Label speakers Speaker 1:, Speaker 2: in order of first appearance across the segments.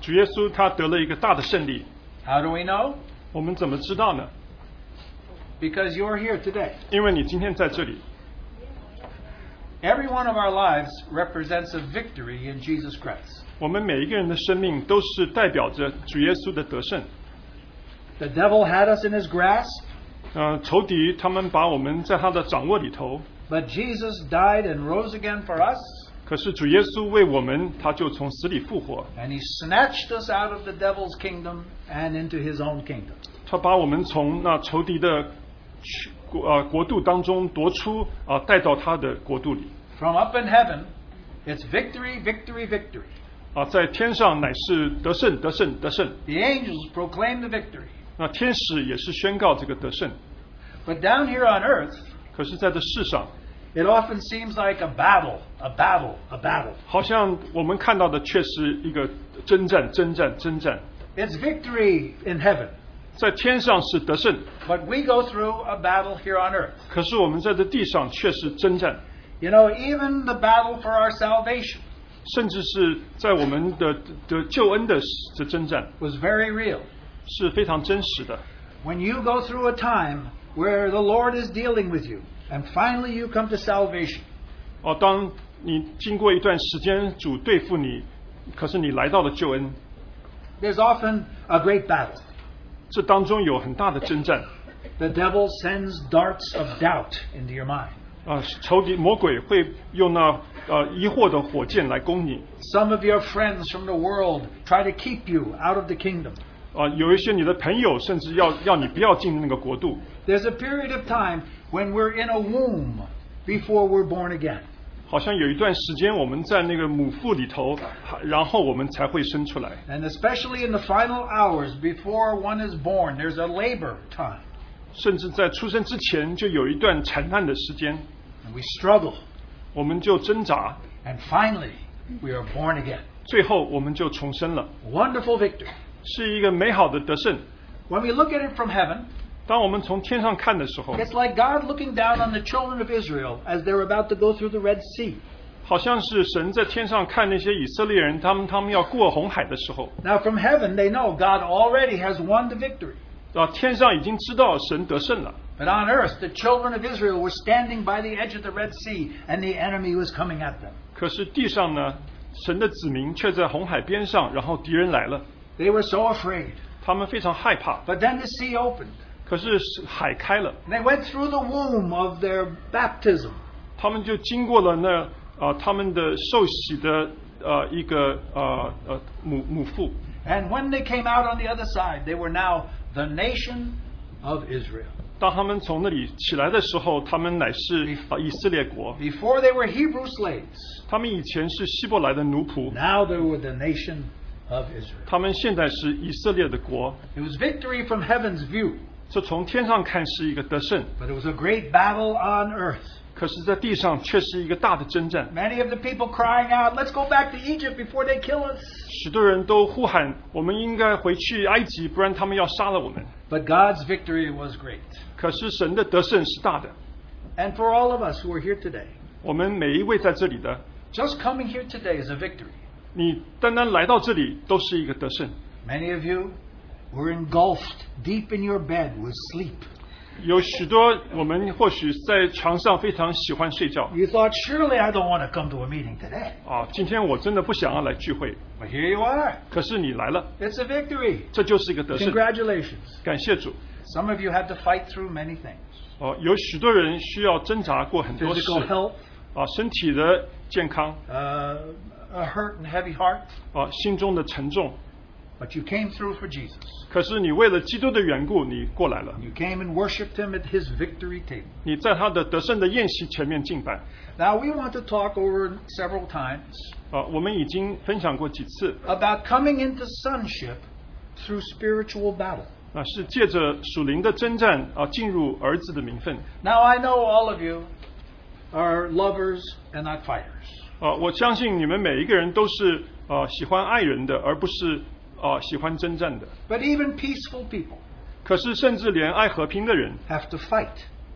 Speaker 1: 主耶稣他得了一个大的胜利，
Speaker 2: How do we know?
Speaker 1: 我们怎么知道呢？
Speaker 2: Because you're here today.
Speaker 1: 因为你今天在这里，
Speaker 2: Every one of our lives represents a victory in Jesus Christ.
Speaker 1: 我们每一个人的生命都是代表着主耶稣的得胜。
Speaker 2: The devil had us in his grasp,
Speaker 1: 呃，仇敌他们把我们在他的掌握里头，
Speaker 2: but Jesus died and rose again for us,
Speaker 1: 可是主耶稣为我们，他就从死里复活，
Speaker 2: and he snatched us out of the devil's kingdom and into his own kingdom.
Speaker 1: 他把我们从那仇敌的去国呃国度当中夺出啊、带到他的国度里
Speaker 2: From up in heaven, it's victory, victory, victory.
Speaker 1: 啊、在天上乃是得胜，得胜，得胜。
Speaker 2: The angels proclaim the victory.
Speaker 1: 那天使也是宣告这个得胜，
Speaker 2: But down here on earth,
Speaker 1: 可是在这世上，
Speaker 2: it often seems like a battle, a battle, a battle.
Speaker 1: 好像我们看到的却是一个征战，征战，征战。
Speaker 2: It's victory in heaven,
Speaker 1: 在天上是得胜，
Speaker 2: but we go through a battle here on earth.
Speaker 1: 可是我们在这地上却是征战，
Speaker 2: You know, even the battle for our salvation
Speaker 1: 甚至是在我们的的救恩的这征战
Speaker 2: was very real.
Speaker 1: 是非常真实的。
Speaker 2: When you go through a time where the Lord is dealing with you, and finally you come to salvation,
Speaker 1: 哦，当你经过一段时间主对付你，可是你来到了救恩，
Speaker 2: there's often a great battle.
Speaker 1: 这当中有很大的征战
Speaker 2: The devil sends darts of doubt into your mind.
Speaker 1: 啊、仇敌魔鬼会用那呃疑惑的火箭来攻你
Speaker 2: Some of your friends from the world try to keep you out of the kingdom.
Speaker 1: 啊、有一些你的朋友甚至要要你不要进那个国度。
Speaker 2: There's a period of time when we're in a womb before we're born again.
Speaker 1: 好像有一段时间我们在那个母腹里头，还然后我们才会生出来。
Speaker 2: And especially in the final hours before one is born, there's a labor time.
Speaker 1: 甚至在出生之前就有一段惨难的时间，
Speaker 2: And we struggle.
Speaker 1: 我们就挣扎，
Speaker 2: And finally, we are born again.
Speaker 1: 最后我们就重生了，
Speaker 2: Wonderful victory.
Speaker 1: 是一个美好的得胜。
Speaker 2: When we look at it from heaven,
Speaker 1: 当我们从天上看的时候，
Speaker 2: it's like God looking down on the children of Israel as they're about to go through the Red Sea.
Speaker 1: 好像是神在天上看那些以色列人，他们他们要过红海的时候，
Speaker 2: Now, from heaven, they know God already has won the victory.
Speaker 1: 啊，天上已经知道神得胜了，
Speaker 2: But on earth, the children of Israel were standing by the edge of the Red Sea, and the enemy was coming at them.
Speaker 1: 可是地上呢，神的子民却在红海边上，然后敌人来了，
Speaker 2: They were so afraid.
Speaker 1: 他们非常害怕。
Speaker 2: But then the sea opened,
Speaker 1: 可是海开了，
Speaker 2: and they went through the womb of their baptism.
Speaker 1: 他们就经过了那呃他们的受洗的呃一个呃呃母母腹，
Speaker 2: And when they came out on the other side, they were now the nation of Israel.
Speaker 1: 当他们从那里起来的时候，他们乃是啊以色列国，
Speaker 2: Before they were Hebrew slaves,
Speaker 1: 他们以前是希伯来的奴仆，
Speaker 2: now they were the nation of Israel.
Speaker 1: 他们现在是以色列的国。
Speaker 2: It was victory from heaven's view,
Speaker 1: 这从天上看是一个得胜，
Speaker 2: but it was a great battle on earth.
Speaker 1: 可是，在地上却是一个大的征战。
Speaker 2: Many of the people crying out, Let's go back to Egypt before they kill us.
Speaker 1: 许多人都呼喊：“我们应该回去埃及，不然他们要杀了我们。
Speaker 2: But God's victory was great. ”
Speaker 1: 可是神的得胜是大的。
Speaker 2: And for all of us who are here today,
Speaker 1: 我们每一位在这里的，
Speaker 2: just coming here today is a victory.
Speaker 1: 你单单来到这里都是一个得胜。
Speaker 2: Many of you were engulfed deep in your bed with sleep.
Speaker 1: 有许多我们或许在床上非常喜欢睡觉
Speaker 2: You thought, surely I don't want to come to a meeting today.
Speaker 1: 啊，今天我真的不想要来聚会，
Speaker 2: But here you are.
Speaker 1: 可是你来了，
Speaker 2: It's a victory.
Speaker 1: 这就是一个得胜。
Speaker 2: Congratulations.
Speaker 1: 感谢主
Speaker 2: Some of you had to fight through many things
Speaker 1: 哦，有许多人需要挣扎过很多事
Speaker 2: physical health,
Speaker 1: 啊，身体的健康
Speaker 2: uh, a hurt and heavy heart.
Speaker 1: 啊，心中的沉重。
Speaker 2: But you came through for Jesus.
Speaker 1: 可是你为了基督的缘故，你过来了，
Speaker 2: You came and worshiped him at his victory table.
Speaker 1: 你在他的得胜的宴席前面敬拜
Speaker 2: Now, we want to talk over several times
Speaker 1: 啊。我们已经分享过几次，
Speaker 2: about coming into sonship through spiritual battle.
Speaker 1: 啊，是借着属灵的征战啊，进入儿子的名分
Speaker 2: Now, I know all of you are lovers and not fighters.
Speaker 1: 啊。我相信你们每一个人都是啊喜欢爱人的，而不是啊喜欢征战的。
Speaker 2: But even peaceful people
Speaker 1: 可是，甚至连爱和平的人
Speaker 2: have to fight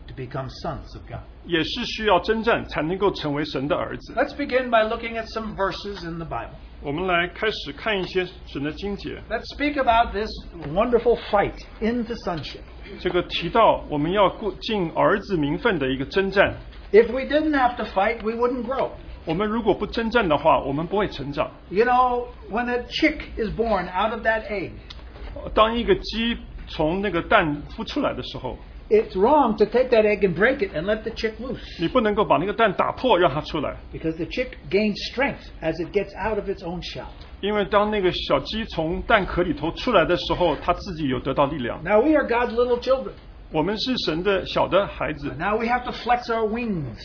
Speaker 2: to become sons of God.
Speaker 1: 也是需要征战才能够成为神的儿子。
Speaker 2: Let's begin by looking at some verses in the Bible.
Speaker 1: 我们来开始看一些神的经节，
Speaker 2: Let's speak about this wonderful fight into sonship.
Speaker 1: 这个提到我们要过尽儿子名分的一个征战。
Speaker 2: If we didn't have to fight, we wouldn't grow.
Speaker 1: 我们如果不征战的话，我们不会成长。
Speaker 2: You know, when a chick is born out of that egg,
Speaker 1: 呃当一个鸡从那个蛋孵出来的时候，
Speaker 2: it's wrong to take that egg and break it and let the chick loose
Speaker 1: 你不能够把那个蛋打破让它出来，
Speaker 2: because the chick gains strength as it gets out of its own shell.
Speaker 1: 因为当那个小鸡从蛋壳里头出来的时候，它自己有得到力量。
Speaker 2: Now we are God's little children.
Speaker 1: 我们是神的小的孩子，
Speaker 2: Now we have to flex our wings.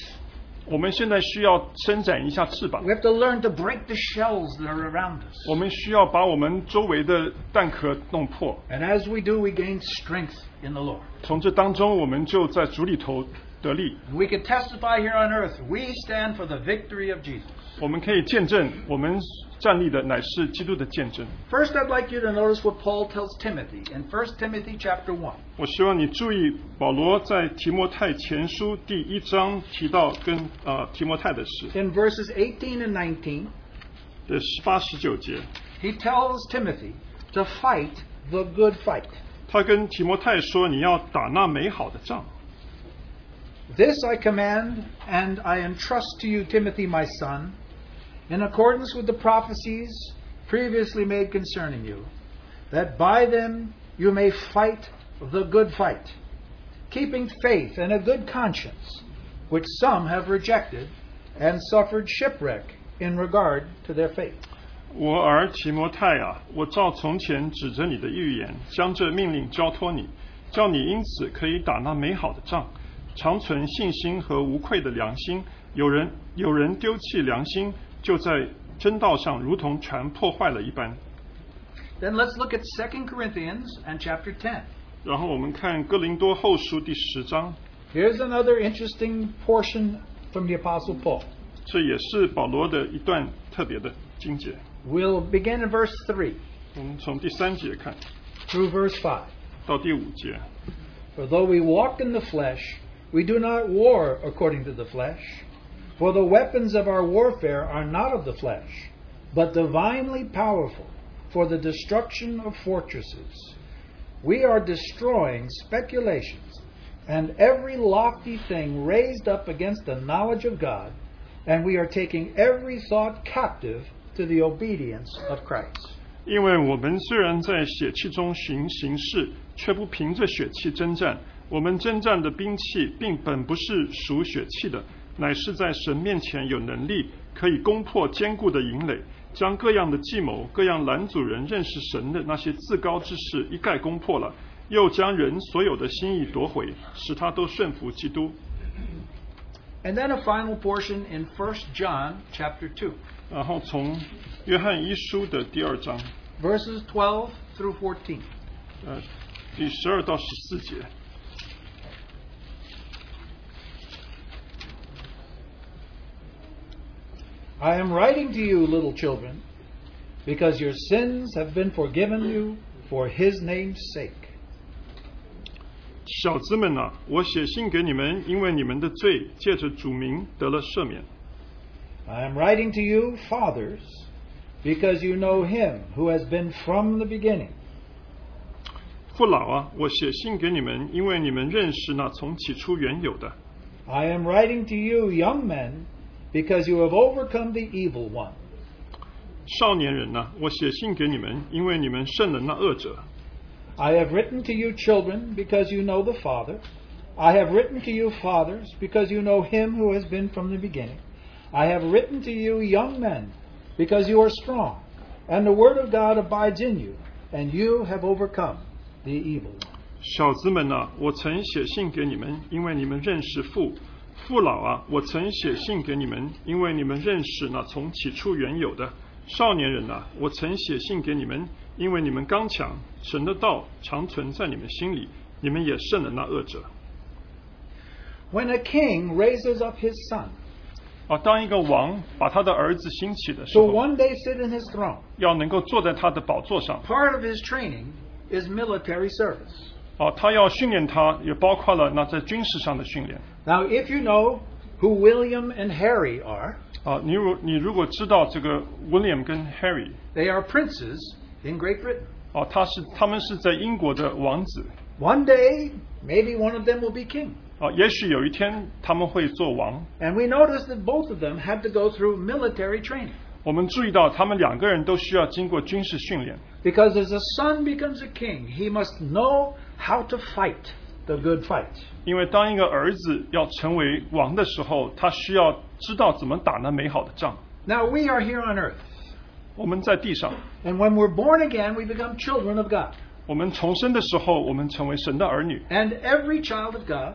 Speaker 1: 我们现在需要伸展一下翅膀
Speaker 2: We，have to learn to break the shells that are around us.
Speaker 1: 我们需要把我们周围的蛋壳弄破。
Speaker 2: And as we do, we gain strength in the Lord.
Speaker 1: 从这当中，我们就在主里头得力。
Speaker 2: And we can testify here on earth we stand for the victory of Jesus.
Speaker 1: 我们可以见证，我们站立的乃是基督的见证。
Speaker 2: First, I'd like you to notice what Paul tells Timothy in 1 Timothy chapter 1.
Speaker 1: 我希望你注意，保罗在提摩太前书第一章提到跟呃提摩太的事
Speaker 2: In verses 18 and 19,
Speaker 1: 的十八十九节，
Speaker 2: he tells Timothy to fight the good fight.
Speaker 1: 他跟提摩太说：“你要打那美好的仗。
Speaker 2: This I command and I entrust to you, Timothy, my son, in accordance with the prophecies previously made concerning you, that by them you may fight the good fight, keeping faith and a good conscience, which some have rejected and suffered shipwreck in regard to their faith.
Speaker 1: 我儿提摩太啊，我照从前指着你的预言，将这命令交托你，叫你因此可以打那美好的仗，常存信心和无愧的良心。有人有人丢弃良心，就在真道上如同船破坏了一般。”
Speaker 2: Then let's look at 2 Corinthians and chapter 10.
Speaker 1: 然后我们看哥林多后书第十章，
Speaker 2: Here's another interesting portion from the Apostle Paul.
Speaker 1: 这也是保罗的一段特别的经节。
Speaker 2: We'll begin in verse 3
Speaker 1: 我们从第三节看
Speaker 2: through verse 5.
Speaker 1: 到第五节。
Speaker 2: For though we walk in the flesh, we do not war according to the flesh. For the weapons of our warfare are not of the flesh, but divinely powerful for the destruction of fortresses. We are destroying speculations and every lofty thing raised up against the knowledge of God, and we are taking every thought captive to the obedience of Christ.
Speaker 1: 因为我们虽然在血气中行行事，却不凭着血气征战。我们征战的兵器，并本不是属血气的，乃是在神面前有能力，可以攻破坚固的营垒，将各样的计谋、各样拦阻人认识神的那些自高之事一概攻破了，又将人所有的心意夺回，使他都顺服基督。
Speaker 2: And then a final portion in 1 John chapter 2,
Speaker 1: 然后啊从约翰一书的第二章，
Speaker 2: verses 12 through 14.
Speaker 1: 呃，第十二到十四节。
Speaker 2: I am writing to you, little children, because your sins have been forgiven you for his name's sake.
Speaker 1: 小子们啊，我写信给你们，因为你们的罪借着主名得了赦免。
Speaker 2: I am writing to you, fathers, because you know him who has been from the beginning.
Speaker 1: 父老啊，我写信给你们，因为你们认识那从起初原有的。
Speaker 2: I am writing to you, young men, because you have overcome the evil one.
Speaker 1: 少年人呐、我写信给你们，因为你们胜了那恶者。
Speaker 2: I have written to you, children, because you know the Father. I have written to you, fathers, because you know him who has been from the beginning. I have written to you, young men, because you are strong, and the word of God abides in you, and you have overcome the evil one.
Speaker 1: 小子们呐、我曾写信给你们，因为你们认识父。父老啊，我曾写信给你们，因为你们认识那从起初原有的。少年人呐、我曾写信给你们，因为你们刚强，神的道常存在你们心里，你们也胜了那恶者。
Speaker 2: When a king raises up his son
Speaker 1: 啊，当一个王把他的儿子兴起的时
Speaker 2: to
Speaker 1: 候，
Speaker 2: one day sit in his throne,
Speaker 1: 要能够坐在他的宝座上。
Speaker 2: part of his training is military service.
Speaker 1: 啊，他要训练他，也包括了那在军事上的训练。
Speaker 2: Now, if you know who William and Harry are.
Speaker 1: 啊，你如你如果知道这个 William 跟 Harry，
Speaker 2: They are princes in Great Britain.
Speaker 1: 哦、他是他们是在英国的王子，
Speaker 2: One day, maybe one of them will be king.
Speaker 1: 啊、也许有一天他们会做王。
Speaker 2: And we notice that both of them had to go through military training.
Speaker 1: 我们注意到他们两个人都需要经过军事训练，
Speaker 2: Because as a son becomes a king, he must know how to fight the good fight.
Speaker 1: 因为当一个儿子要成为王的时候，他需要知道怎么打那美好的仗。
Speaker 2: Now, we are here on earth.
Speaker 1: 我们在地上，
Speaker 2: And when we're born again, we become children of God.
Speaker 1: 我们重生的时候，我们成为神的儿女。
Speaker 2: And every child of God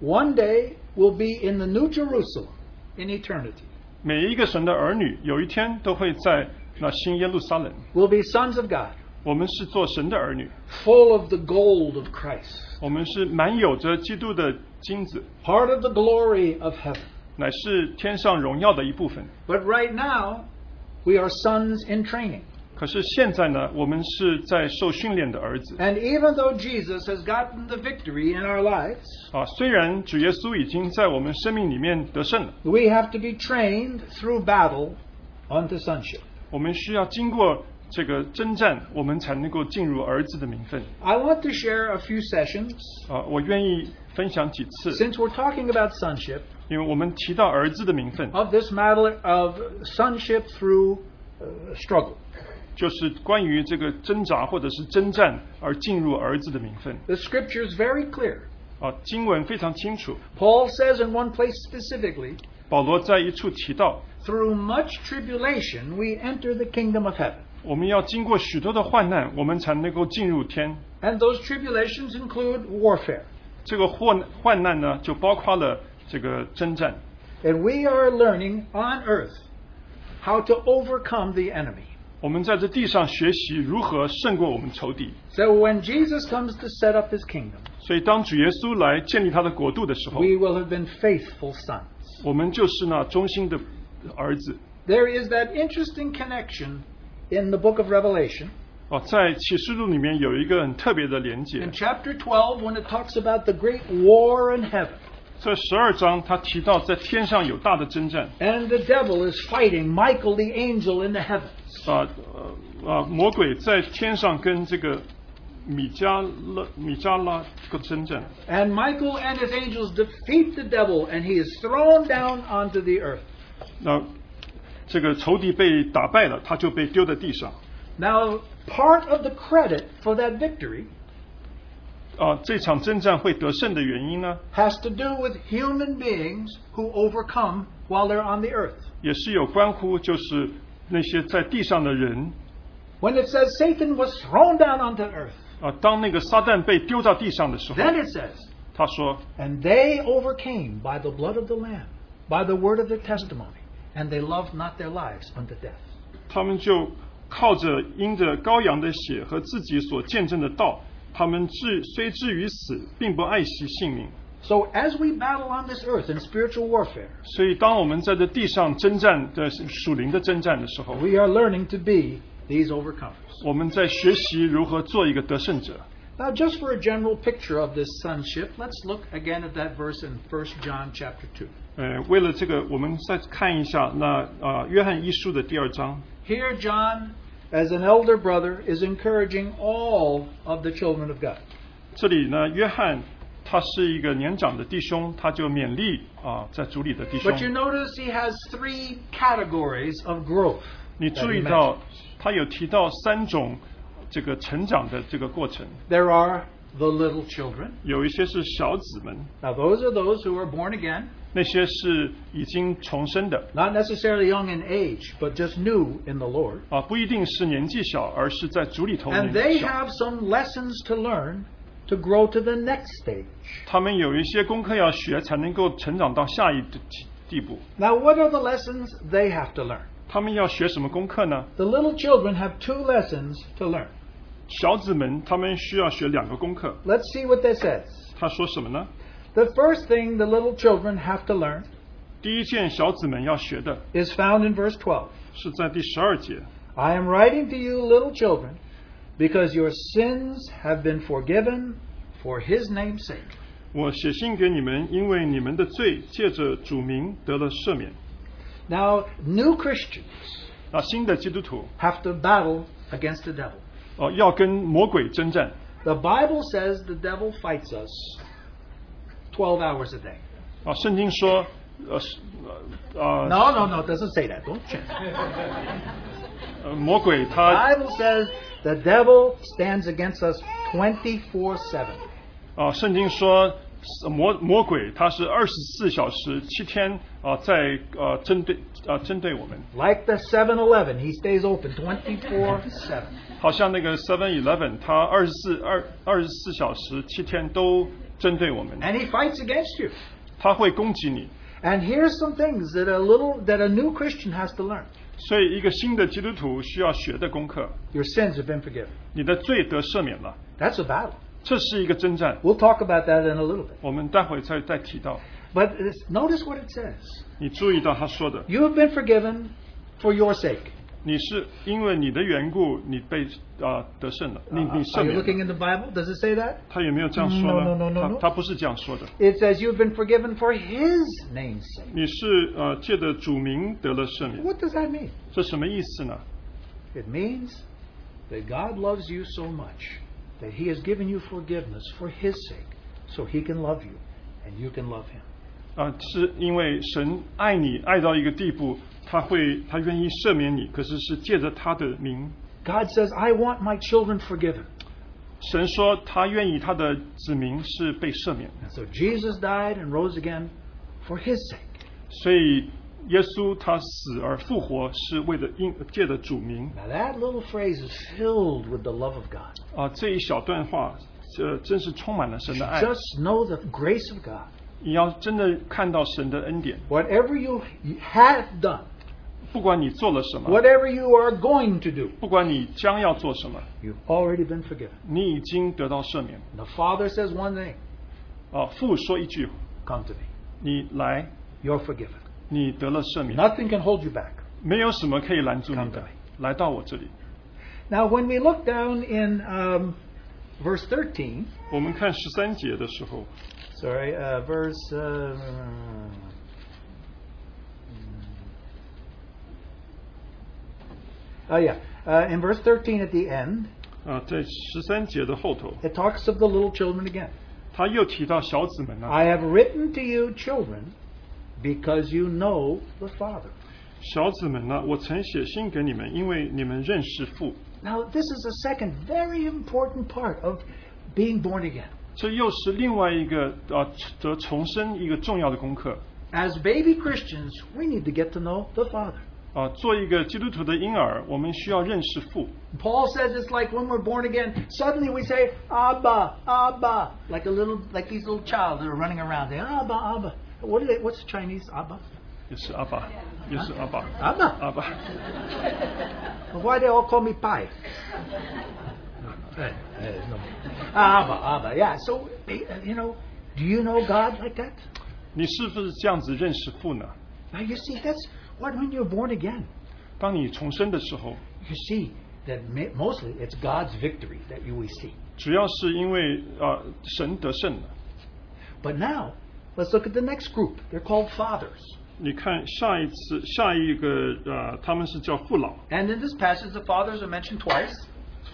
Speaker 2: one day will be in the New Jerusalem in eternity,
Speaker 1: 每一个神的儿女，有一天都会在那新耶路撒冷。
Speaker 2: will be sons of God,
Speaker 1: 我们是做神的儿女，
Speaker 2: full of the gold of Christ,
Speaker 1: 我们是满有着基督的金子，
Speaker 2: part of the glory of heaven.
Speaker 1: 乃是天上荣耀的一部分。
Speaker 2: But right now, we are sons in training.
Speaker 1: 可是现在呢，我们是在受训练的儿子
Speaker 2: And even though Jesus has gotten the victory in our lives,
Speaker 1: 啊。虽然主耶稣已经在我们生命里面得胜了，
Speaker 2: we have to be trained through battle unto sonship.
Speaker 1: 我们需要经过这个征战，我们才能够进入儿子的名分
Speaker 2: I want to share a few sessions
Speaker 1: 啊。我愿意分享几次，
Speaker 2: since we're talking about sonship
Speaker 1: 因为我们提到儿子的名分，
Speaker 2: of this matter of sonship through uh, struggle.
Speaker 1: 就是关于这个挣扎或者是征战而进入儿子的名分
Speaker 2: The scripture is very clear.
Speaker 1: 啊。经文非常清楚，
Speaker 2: Paul says in one place specifically,
Speaker 1: 保罗在一处提到，
Speaker 2: through much tribulation we enter the kingdom of heaven.
Speaker 1: 我们要经过许多的患难，我们才能够进入天。
Speaker 2: And those tribulations include warfare.
Speaker 1: 这个患患难呢，就包括了这个征战。
Speaker 2: And we are learning on earth how to overcome the enemy.
Speaker 1: 我们在这地上学习如何胜过我们仇敌。
Speaker 2: So when Jesus comes to set up his kingdom,
Speaker 1: 所以，当主耶稣来建立他的国度的时候，
Speaker 2: we will have been faithful sons.
Speaker 1: 我们就是那忠心的儿子。
Speaker 2: There is that interesting connection in the book of Revelation.
Speaker 1: 哦，在启示录里面有一个很特别的连接
Speaker 2: In，chapter 12, when it talks about the great war in heaven,
Speaker 1: 这十二章他提到在天上有大的征战
Speaker 2: and the devil is fighting Michael the angel in the heavens.
Speaker 1: 啊呃啊，魔鬼在天上跟这个米迦勒米迦拉个征战。
Speaker 2: And Michael and his angels defeat the devil, and he is thrown down onto the earth.
Speaker 1: 那这个仇敌被打败了，他就被丢在地上。
Speaker 2: Now, part of the credit for that victory
Speaker 1: 啊，这场征战会得胜的原因呢，
Speaker 2: has to do with human beings who overcome while they're on the earth.
Speaker 1: 也是有关乎就是那些在地上的人
Speaker 2: When it says Satan was thrown down onto earth,
Speaker 1: 啊，当那个撒旦被丢到地上的时候，
Speaker 2: then it says,
Speaker 1: 他说
Speaker 2: And they overcame by the blood of the Lamb, by the word of their testimony, and they loved not their lives unto death.
Speaker 1: 他们就靠着因着羔羊的血和自己所见证的道，他们至虽至于死，并不爱惜性命。
Speaker 2: So as we battle on this earth in spiritual warfare,
Speaker 1: 所以，当我们在这地上征战的属灵的征战的时候，
Speaker 2: we are learning to be these overcomers.
Speaker 1: 我们在学习如何做一个得胜者。
Speaker 2: Now just for a general picture of this sonship, let's look again at that verse in 1 John chapter 2.
Speaker 1: 呃，为了这个，我们再看一下那啊、呃约翰一书的第二章。
Speaker 2: Here John as an elder brother is encouraging all of the children of God.
Speaker 1: 这里呢，约翰他是一个年长的弟兄，他就勉励啊、在主里的弟兄
Speaker 2: But。you notice he has three categories of growth.
Speaker 1: 你注意到他有提到三种这个成长的这个过程，
Speaker 2: There are the little children.
Speaker 1: 有一些是小子们，
Speaker 2: Now, those are those who are born again,
Speaker 1: 那些是已经重生的
Speaker 2: not necessarily young in age, but just new in the Lord.
Speaker 1: 啊，不一定是年纪小，而是在主里头
Speaker 2: And
Speaker 1: 年
Speaker 2: they
Speaker 1: 纪小。
Speaker 2: have some lessons to learn to grow to the next stage.
Speaker 1: 他们有一些功课要学，才能够成长到下一地地步。
Speaker 2: Now, what are the lessons they have to learn?
Speaker 1: 他们要学什么功课呢？
Speaker 2: The little children have two lessons to learn.
Speaker 1: 小子们他们需要学两个功课。
Speaker 2: Let's see what this says.
Speaker 1: 他说什么呢？
Speaker 2: The first thing the little children have to learn
Speaker 1: 第一件小子们要学的
Speaker 2: is found in verse 12.
Speaker 1: 是在第十二节。
Speaker 2: I am writing to you, little children, because your sins have been forgiven for his name's sake.
Speaker 1: 我写信给你们，因为你们的罪借着主名得了赦免。
Speaker 2: Now, new Christians
Speaker 1: 啊，新的基督徒
Speaker 2: have to battle against the devil.
Speaker 1: 哦、要跟魔鬼征战。
Speaker 2: The Bible says the devil fights us 12 hours a day.
Speaker 1: 啊，圣经说，呃，是呃，呃
Speaker 2: No, no, no, it doesn't say that. Don't change. The
Speaker 1: 呃魔鬼他
Speaker 2: Bible says the devil stands against us 24 7.
Speaker 1: 啊，圣经说呃魔魔鬼他是二十四小时七天啊，在呃针对啊针对我们，
Speaker 2: Like the 7 Eleven, he stays open 24 7.
Speaker 1: 好像那个 Seven Eleven，他二十四二二十四小时七天都针对我们，
Speaker 2: And he fights against you.
Speaker 1: 他会攻击你。
Speaker 2: And here's some things that a little that a new Christian has to learn.
Speaker 1: 所以，一个新的基督徒需要学的功课，
Speaker 2: Your sins have been forgiven.
Speaker 1: 你的罪得赦免了，
Speaker 2: That's a battle.
Speaker 1: 这是一个征战。
Speaker 2: We'll talk about that in a little bit.
Speaker 1: 我们待会再再提到。
Speaker 2: But it's, notice what it says.
Speaker 1: 你注意到他说的，
Speaker 2: You have been forgiven for your sake.
Speaker 1: 你是因为你的缘故，你被啊、得胜了，你
Speaker 2: Uh,
Speaker 1: 你
Speaker 2: are
Speaker 1: 赦
Speaker 2: you
Speaker 1: 免
Speaker 2: looking
Speaker 1: 了。
Speaker 2: in the Bible? Does it say that?
Speaker 1: 他有没有这样说呢
Speaker 2: No, no, no, no, no.
Speaker 1: 他他不是这样说的。
Speaker 2: It says you've been forgiven for His name's sake.
Speaker 1: 你是呃借着主名得了赦免，
Speaker 2: What does that mean?
Speaker 1: 这什么意思呢？
Speaker 2: It means that God loves you so much that He has given you forgiveness for His sake, so He can love you and you can love Him.
Speaker 1: 啊、是因为神爱你爱到一个地步，他会他愿意赦免你，可是是借着他的名。
Speaker 2: God says, "I want my children forgiven."
Speaker 1: 神说他愿意他的子民是被赦免的，
Speaker 2: And so Jesus died and rose again for His sake.
Speaker 1: 所以耶稣他死而复活是为了因借着主名
Speaker 2: Now that little phrase is filled with the love of God.
Speaker 1: 啊、这一小段话，呃，真是充满了神的爱。
Speaker 2: Just know the grace of God.
Speaker 1: 你要真的看到神的恩典，
Speaker 2: Whatever you have done,
Speaker 1: 不管你做了什么，
Speaker 2: whatever you are going to do,
Speaker 1: 不管你将要做什么，
Speaker 2: you've already been forgiven.
Speaker 1: 你已经得到赦免。
Speaker 2: And the Father says one thing,
Speaker 1: 啊，父说一句，
Speaker 2: come to me.
Speaker 1: 你来，
Speaker 2: You're forgiven.
Speaker 1: 你得了赦免，
Speaker 2: Nothing can hold you back.
Speaker 1: 没有什么可以拦住你
Speaker 2: 看
Speaker 1: 的
Speaker 2: 待，
Speaker 1: 来到我这里。
Speaker 2: Now when we look down in um, verse 13,
Speaker 1: 我们看十三节的时候，
Speaker 2: sorry, uh, verse uh, oh yeah, uh, in verse 13 at the end,
Speaker 1: 啊，在十三节的后头，
Speaker 2: it talks of the little children again.
Speaker 1: 他又提到小子们啊，
Speaker 2: I have written to you, children, because you know the Father.
Speaker 1: 小子们呢、我曾写信给你们，因为你们认识父。
Speaker 2: Now, this is a second very important part of being born again.
Speaker 1: 这又是另外一个啊，得重生一个重要的功课
Speaker 2: As baby Christians, we need to get to know the Father.
Speaker 1: 啊。做一个基督徒的婴儿，我们需要认识父。
Speaker 2: Paul says it's like when we're born again, suddenly we say, Abba, Abba, like a little, like these little child that are running around. They, Abba, Abba. What do they, what's Chinese? Abba?
Speaker 1: 也是阿爸，也是阿爸，
Speaker 2: Abba.
Speaker 1: 阿爸。
Speaker 2: Why they all call me Pai? Abba, Abba. Yeah, so, eh, you know, do you know God like that?
Speaker 1: 你是不是这样子认识父呢？
Speaker 2: Now you see, that's what when you're born again,
Speaker 1: 当你重生的时候，
Speaker 2: you see that ma- mostly it's God's victory that you we see.
Speaker 1: 主要是因为呃神得胜了。
Speaker 2: But now, let's look at the next group. They're called fathers.
Speaker 1: 你看下一次下一个呃，他们是叫父老，
Speaker 2: And in this passage, the fathers are mentioned twice.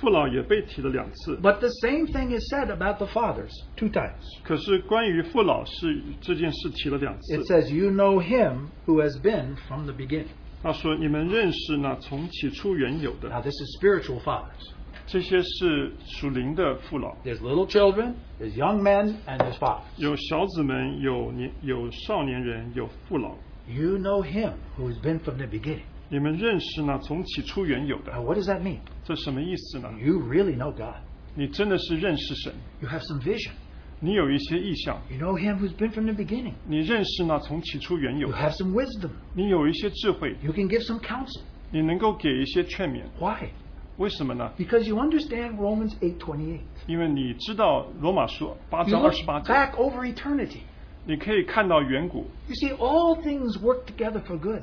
Speaker 1: 父老也被提了两次。
Speaker 2: But the same thing is said about the fathers two times.
Speaker 1: 可是关于父老是这件事提了两次。
Speaker 2: It says, You know him who has been from the beginning.
Speaker 1: 他说：“你们认识那从起初原有的，
Speaker 2: Now, this is spiritual fathers.
Speaker 1: 这些是属灵的父老，
Speaker 2: There's little children, there's young men, and there's fathers.
Speaker 1: 有小子们，有年有少年人，有父老。
Speaker 2: You know him who has been from the beginning.
Speaker 1: 你们认识那从起初原有的
Speaker 2: Now, what does that mean?
Speaker 1: 这什么意思呢？
Speaker 2: You really know God.
Speaker 1: 你真的是认识神，
Speaker 2: You have some vision.
Speaker 1: 你有一些意向，
Speaker 2: You know him who's been from the beginning.
Speaker 1: 你认识那从起初原有
Speaker 2: You，have some wisdom.
Speaker 1: 你有一些智慧，
Speaker 2: You can give some counsel.
Speaker 1: 你能够给一些劝勉。
Speaker 2: Why?
Speaker 1: 为什么呢？
Speaker 2: Because you understand Romans 8:28.
Speaker 1: 因为你知道罗马书八
Speaker 2: You
Speaker 1: 章二十八
Speaker 2: look
Speaker 1: 节，
Speaker 2: back over eternity.
Speaker 1: 你可以看到远古，
Speaker 2: You see all things work together for good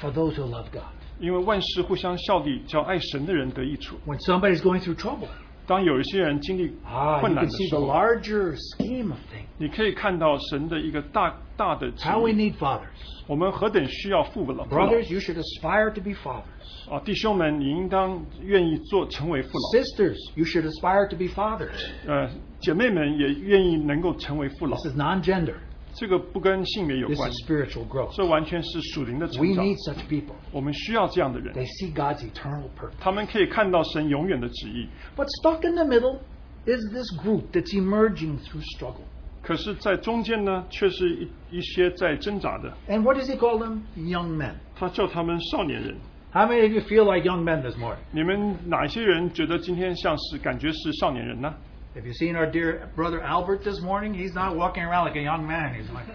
Speaker 2: for those who love God.
Speaker 1: 因为万事互相效力，叫爱神的人得益处。
Speaker 2: When somebody's going through trouble,
Speaker 1: 当有一些人经历
Speaker 2: Ah,
Speaker 1: 困
Speaker 2: you
Speaker 1: 难
Speaker 2: can
Speaker 1: 的
Speaker 2: see
Speaker 1: 时
Speaker 2: the
Speaker 1: 候，
Speaker 2: larger scheme of things.
Speaker 1: 你可以看到神的一个大大的旨
Speaker 2: How we
Speaker 1: 意
Speaker 2: need fathers.
Speaker 1: 我们何等需要父老父老
Speaker 2: Brothers, you should aspire to be fathers.
Speaker 1: 啊！弟兄们，你应当愿意做成为父老，
Speaker 2: Sisters, you should aspire to be fathers.
Speaker 1: 呃，姐妹们也愿意能够成为父老
Speaker 2: This。is non gender,
Speaker 1: 这个不跟性别有
Speaker 2: this
Speaker 1: 关
Speaker 2: is，spiritual growth.
Speaker 1: 这完全是属灵的
Speaker 2: We
Speaker 1: 成长。
Speaker 2: need such people.
Speaker 1: 我们需要这样的人，
Speaker 2: They see God's eternal purpose.
Speaker 1: 他们可以看到神永远的旨意。
Speaker 2: But stuck in the middle is this group that's emerging through struggle.
Speaker 1: 可是，在中间呢，却是一一些在挣扎的。
Speaker 2: And what does he call them? Young men.
Speaker 1: 他叫他们少年人。
Speaker 2: How many of you feel like young men this morning?
Speaker 1: 你们哪些人觉得今天像是感觉是少年人呢？
Speaker 2: Have you seen our dear brother Albert this morning? He's not walking around like a young man. He's like,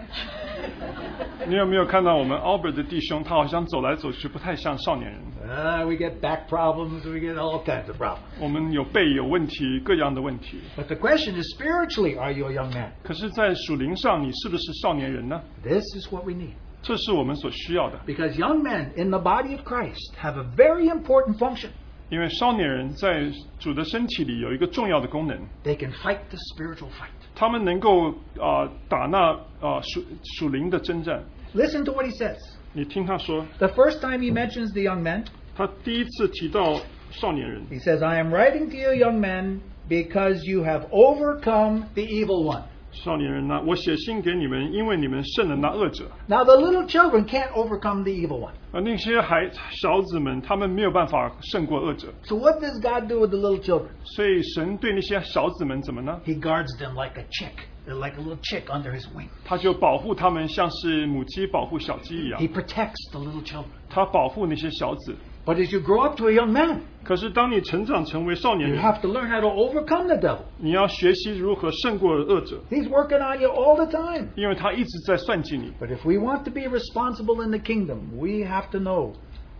Speaker 1: 你有没有看到我们 Albert 的弟兄，他好像走来走去，不太像少年人。
Speaker 2: ah, we get back problems, we get all kinds of problems.
Speaker 1: 我们有背有问题，各样的问题。
Speaker 2: But the question is spiritually, are you a young man?
Speaker 1: 可是，在属灵上，你是不是少年人呢？
Speaker 2: This is what we need.
Speaker 1: 这是我们所需要的，
Speaker 2: Because young men in the body of Christ have a very important function.
Speaker 1: 因为少年人在主的身体里有一个重要的功能，
Speaker 2: They can fight the spiritual fight.
Speaker 1: 他们能够啊、呃打那啊、呃属属灵的征战。
Speaker 2: Listen to what he says.
Speaker 1: 你听他说，
Speaker 2: The first time he mentions the young men,
Speaker 1: 他第一次提到少年人，
Speaker 2: he says, I am writing to you, young men, because you have overcome the evil one.
Speaker 1: 少年人呢、我写信给你们，因为你们胜了那恶者。
Speaker 2: Now, the little children can't overcome the evil one.
Speaker 1: 而那些孩小子们，他们没有办法胜过恶者，
Speaker 2: So, what does God do with the little children?
Speaker 1: 所以神对那些小子们怎么呢？
Speaker 2: He guards them like a chick, They're like a little chick under his wing.
Speaker 1: 他就保护他们，像是母鸡保护小鸡一样
Speaker 2: He，protects the little children.
Speaker 1: 他保护那些小子。
Speaker 2: But as you grow up to a young man,
Speaker 1: 可是当你成长成为少年
Speaker 2: you
Speaker 1: 人，
Speaker 2: have to learn how to overcome the devil.
Speaker 1: 你要学习如何胜过恶者，
Speaker 2: He's working on you all the time.
Speaker 1: 因为他一直在算计你。
Speaker 2: But if we want to be responsible in the kingdom, we have to know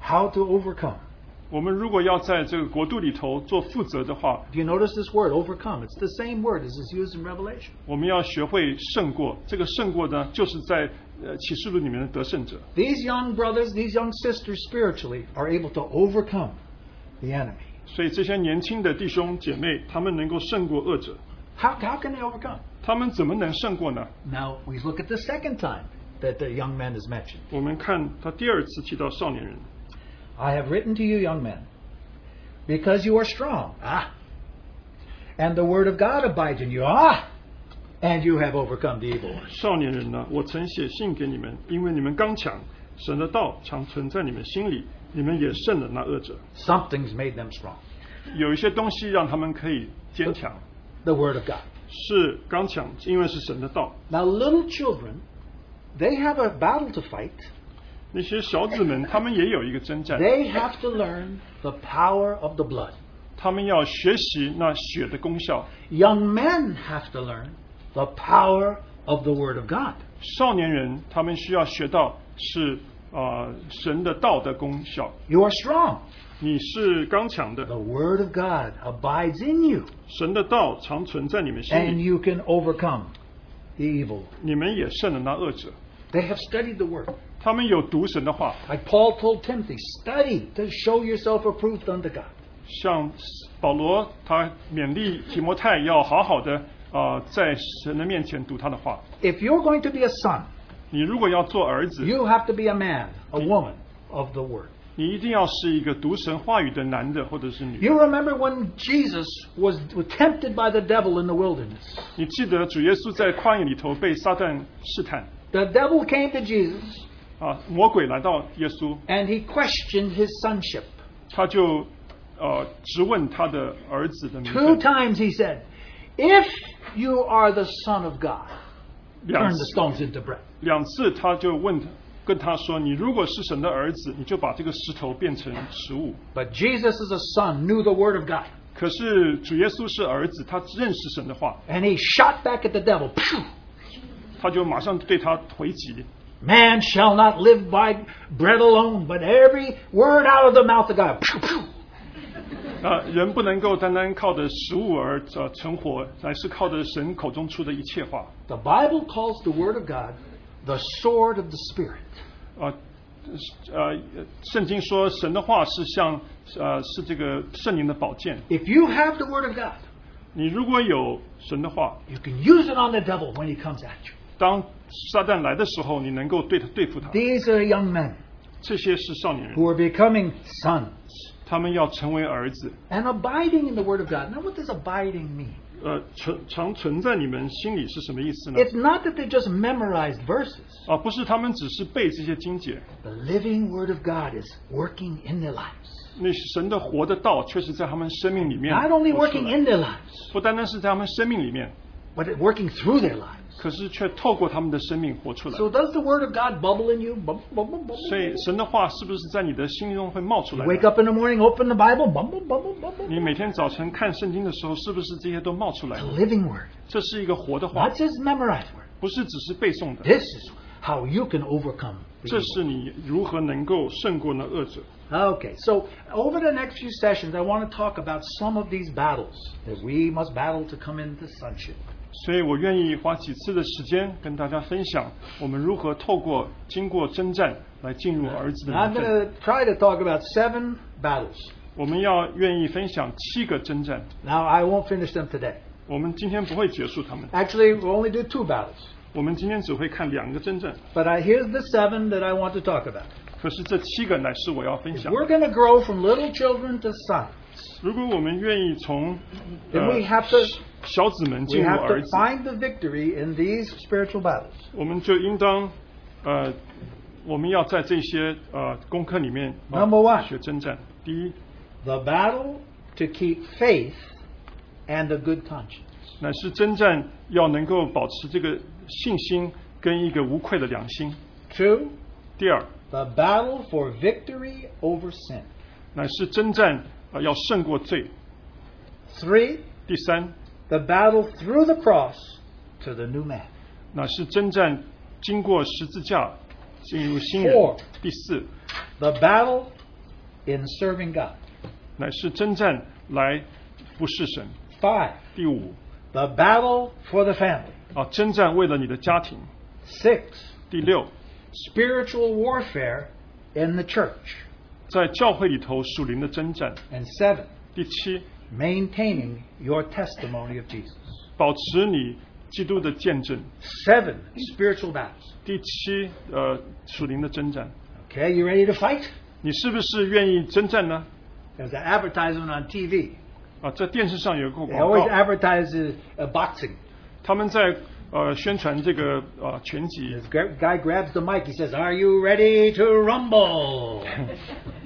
Speaker 2: how to overcome.
Speaker 1: 我们如果要在这个国度里头做负责的话，
Speaker 2: Do you notice this word, overcome? It's the same word as is used in Revelation.
Speaker 1: 我们要学会胜过。这个胜过呢，就是在呃启示录里面的得胜者。
Speaker 2: These young brothers, these young sisters spiritually are able to overcome the enemy.
Speaker 1: 所以这些年轻的弟兄姐妹，他们能够胜过恶者，
Speaker 2: How, how can they overcome?
Speaker 1: 他们怎么能胜过呢？
Speaker 2: Now we look at the second time that the young man is mentioned.
Speaker 1: 我们看他第二次提到少年人，
Speaker 2: I have written to you, young men, because you are strong. Ah. And the word of God abides in you. Ah. And you have overcome the evil one.
Speaker 1: 少年人呢，我曾写信给你们，因为你们刚强，神的道常存在你们心里，你们也胜了那恶者。
Speaker 2: Something's made them strong.
Speaker 1: 有一些东西让他们可以坚强，
Speaker 2: The word of God.
Speaker 1: 是刚强，因为是神的道。
Speaker 2: Now, little children, they have a battle to fight.
Speaker 1: 那些小子们，他们也有一个征战，
Speaker 2: They have to learn the power of the blood.
Speaker 1: 他们要学习那血的功效。
Speaker 2: Young men have to learn the power of the word of God.
Speaker 1: 少年人，他们需要学到是啊、呃神的道的功效。
Speaker 2: You are strong.
Speaker 1: 你是刚强的，
Speaker 2: The word of God abides in you,
Speaker 1: 神的道常存在你们心
Speaker 2: and
Speaker 1: 里，
Speaker 2: you can overcome the evil. one.
Speaker 1: 你们也胜了那恶者。
Speaker 2: They have studied the word.
Speaker 1: 他们有读神的话，
Speaker 2: Like Paul told Timothy, study to show yourself approved unto God.
Speaker 1: 像保罗他勉励提摩太要好好的啊、呃在神的面前读他的话。
Speaker 2: If you're going to be a son,
Speaker 1: 你如果要做儿子，
Speaker 2: you have to be a man, a woman of the word.
Speaker 1: 你一定要是一个读神话语的男的或者是女的。
Speaker 2: You remember when Jesus was was tempted by the devil in the wilderness.
Speaker 1: 你记得主耶稣在旷野里头被撒旦试探
Speaker 2: The devil came to Jesus
Speaker 1: 啊，魔鬼来到耶稣，
Speaker 2: and he questioned his sonship.
Speaker 1: 他就呃质问他的儿子的名
Speaker 2: Two
Speaker 1: 分，
Speaker 2: times he said, If you are the Son of God,
Speaker 1: 两
Speaker 2: turn the
Speaker 1: 次
Speaker 2: stones into bread.
Speaker 1: 两次他就问他跟他说：“你如果是神的儿子，你就把这个石头变成食物。
Speaker 2: But Jesus, as a son, knew the word of God. ”
Speaker 1: 可是主耶稣是儿子，他认识神的话，
Speaker 2: And he shot back at the devil. Phew!
Speaker 1: 他就马上对他回击。
Speaker 2: Man shall not live by bread alone, but every word out of the mouth of God. Phew, phew.
Speaker 1: 啊、人不能够单单靠着食物而呃存活，乃是靠着神口中出的一切话。
Speaker 2: The Bible calls the word of God the sword of the Spirit.
Speaker 1: 啊、呃，圣经说神的话是像呃是这个圣灵的宝剑。
Speaker 2: If you have the Word of God,
Speaker 1: 你如果有神的话，
Speaker 2: you can use it on the devil when he comes at you.
Speaker 1: 当撒旦来的时候，你能够对他对付他。
Speaker 2: These are young men
Speaker 1: 这些是少年人，
Speaker 2: who are becoming sons
Speaker 1: 他们要成为儿子，
Speaker 2: and abiding in the Word of God. Now, what does abiding mean?
Speaker 1: 呃，存常存在你们心里是什么意思呢？
Speaker 2: It's not that they just memorized verses.
Speaker 1: 啊，不是他们只是背这些经解，
Speaker 2: The living Word of God is working in their lives.
Speaker 1: 那神的活的道却是在他们生命里面
Speaker 2: Not only
Speaker 1: 活出
Speaker 2: working
Speaker 1: 来，
Speaker 2: in their lives,
Speaker 1: 不单单是在他们生命里面，
Speaker 2: but it working through their lives.
Speaker 1: 可是却透过他们的生命活出来。
Speaker 2: So does the Word of God bubble in you? Bubble, bubble, bubble.
Speaker 1: 所以神的话是不是在你的心中会冒出来
Speaker 2: You wake
Speaker 1: 呢？
Speaker 2: up in the morning, open the Bible, bubble, bubble, bubble.
Speaker 1: 你每天早晨看圣经的时候，是不是这些都冒出来
Speaker 2: The？living Word,
Speaker 1: 这是一个活的话
Speaker 2: not，just memorized Word.
Speaker 1: 不是只是背诵的。
Speaker 2: This is how you can overcome. the
Speaker 1: 这
Speaker 2: evil.
Speaker 1: 是你如何能够胜过那恶者。
Speaker 2: Okay, so over the next few sessions, I want to talk about some of these battles that we must battle to come into sonship.
Speaker 1: 所以我愿意花几次的时间跟大家分享我们如何透过经过征战来进入儿子的
Speaker 2: Now I'm
Speaker 1: 名
Speaker 2: going
Speaker 1: 分。
Speaker 2: to try to talk about seven battles.
Speaker 1: 我们要愿意分享七个征战，
Speaker 2: Now I won't finish them today.
Speaker 1: 我们今天不会结束他们，
Speaker 2: Actually, we'll only do two battles.
Speaker 1: 我们今天只会看两个征战。
Speaker 2: But I, here's the seven that I want to talk about.
Speaker 1: 可是这七个乃是我要分
Speaker 2: If
Speaker 1: 享。
Speaker 2: we're going to grow from little children to sons,
Speaker 1: 如果我们愿意从
Speaker 2: then
Speaker 1: 呃
Speaker 2: we have to
Speaker 1: 小子们
Speaker 2: we
Speaker 1: 进入
Speaker 2: have
Speaker 1: 儿
Speaker 2: to
Speaker 1: 子，
Speaker 2: find the victory in these spiritual battles.
Speaker 1: 我们就应当呃，我们要在这些呃功课里面、呃
Speaker 2: Number one
Speaker 1: 学征战。第一，
Speaker 2: The battle to keep faith and a good conscience.
Speaker 1: 乃是征战要能够保持这个信心跟一个无愧的良心。
Speaker 2: Two,
Speaker 1: 第二，
Speaker 2: the battle for victory over sin.
Speaker 1: 乃是征战呃要胜过罪。
Speaker 2: Three,
Speaker 1: 第三，
Speaker 2: the battle through the cross to the new man.
Speaker 1: 乃是征战经过十字架进入新人
Speaker 2: Four.。
Speaker 1: 第四，
Speaker 2: The battle in serving God.
Speaker 1: 乃是征战来服侍神。
Speaker 2: Five,
Speaker 1: 第五，
Speaker 2: the battle for the family.
Speaker 1: 啊，征战为了你的家庭。
Speaker 2: Six,
Speaker 1: 第六，
Speaker 2: spiritual warfare in the church.
Speaker 1: 在教会里头属灵的征战。
Speaker 2: And seven,
Speaker 1: 第七，
Speaker 2: maintaining your testimony of Jesus.
Speaker 1: 保持你基督的见证。
Speaker 2: Seven spiritual battles.
Speaker 1: 第七，呃，属灵的征战。
Speaker 2: Okay, you ready to fight?
Speaker 1: 你是不是愿意征战呢？
Speaker 2: There's an advertisement on TV.
Speaker 1: 啊，在电视上有个
Speaker 2: They
Speaker 1: 广告，
Speaker 2: always advertise uh, uh, boxing.
Speaker 1: 他们在呃宣传这个呃拳击
Speaker 2: This，gra- guy grabs the mic. He says, "Are you ready to rumble?"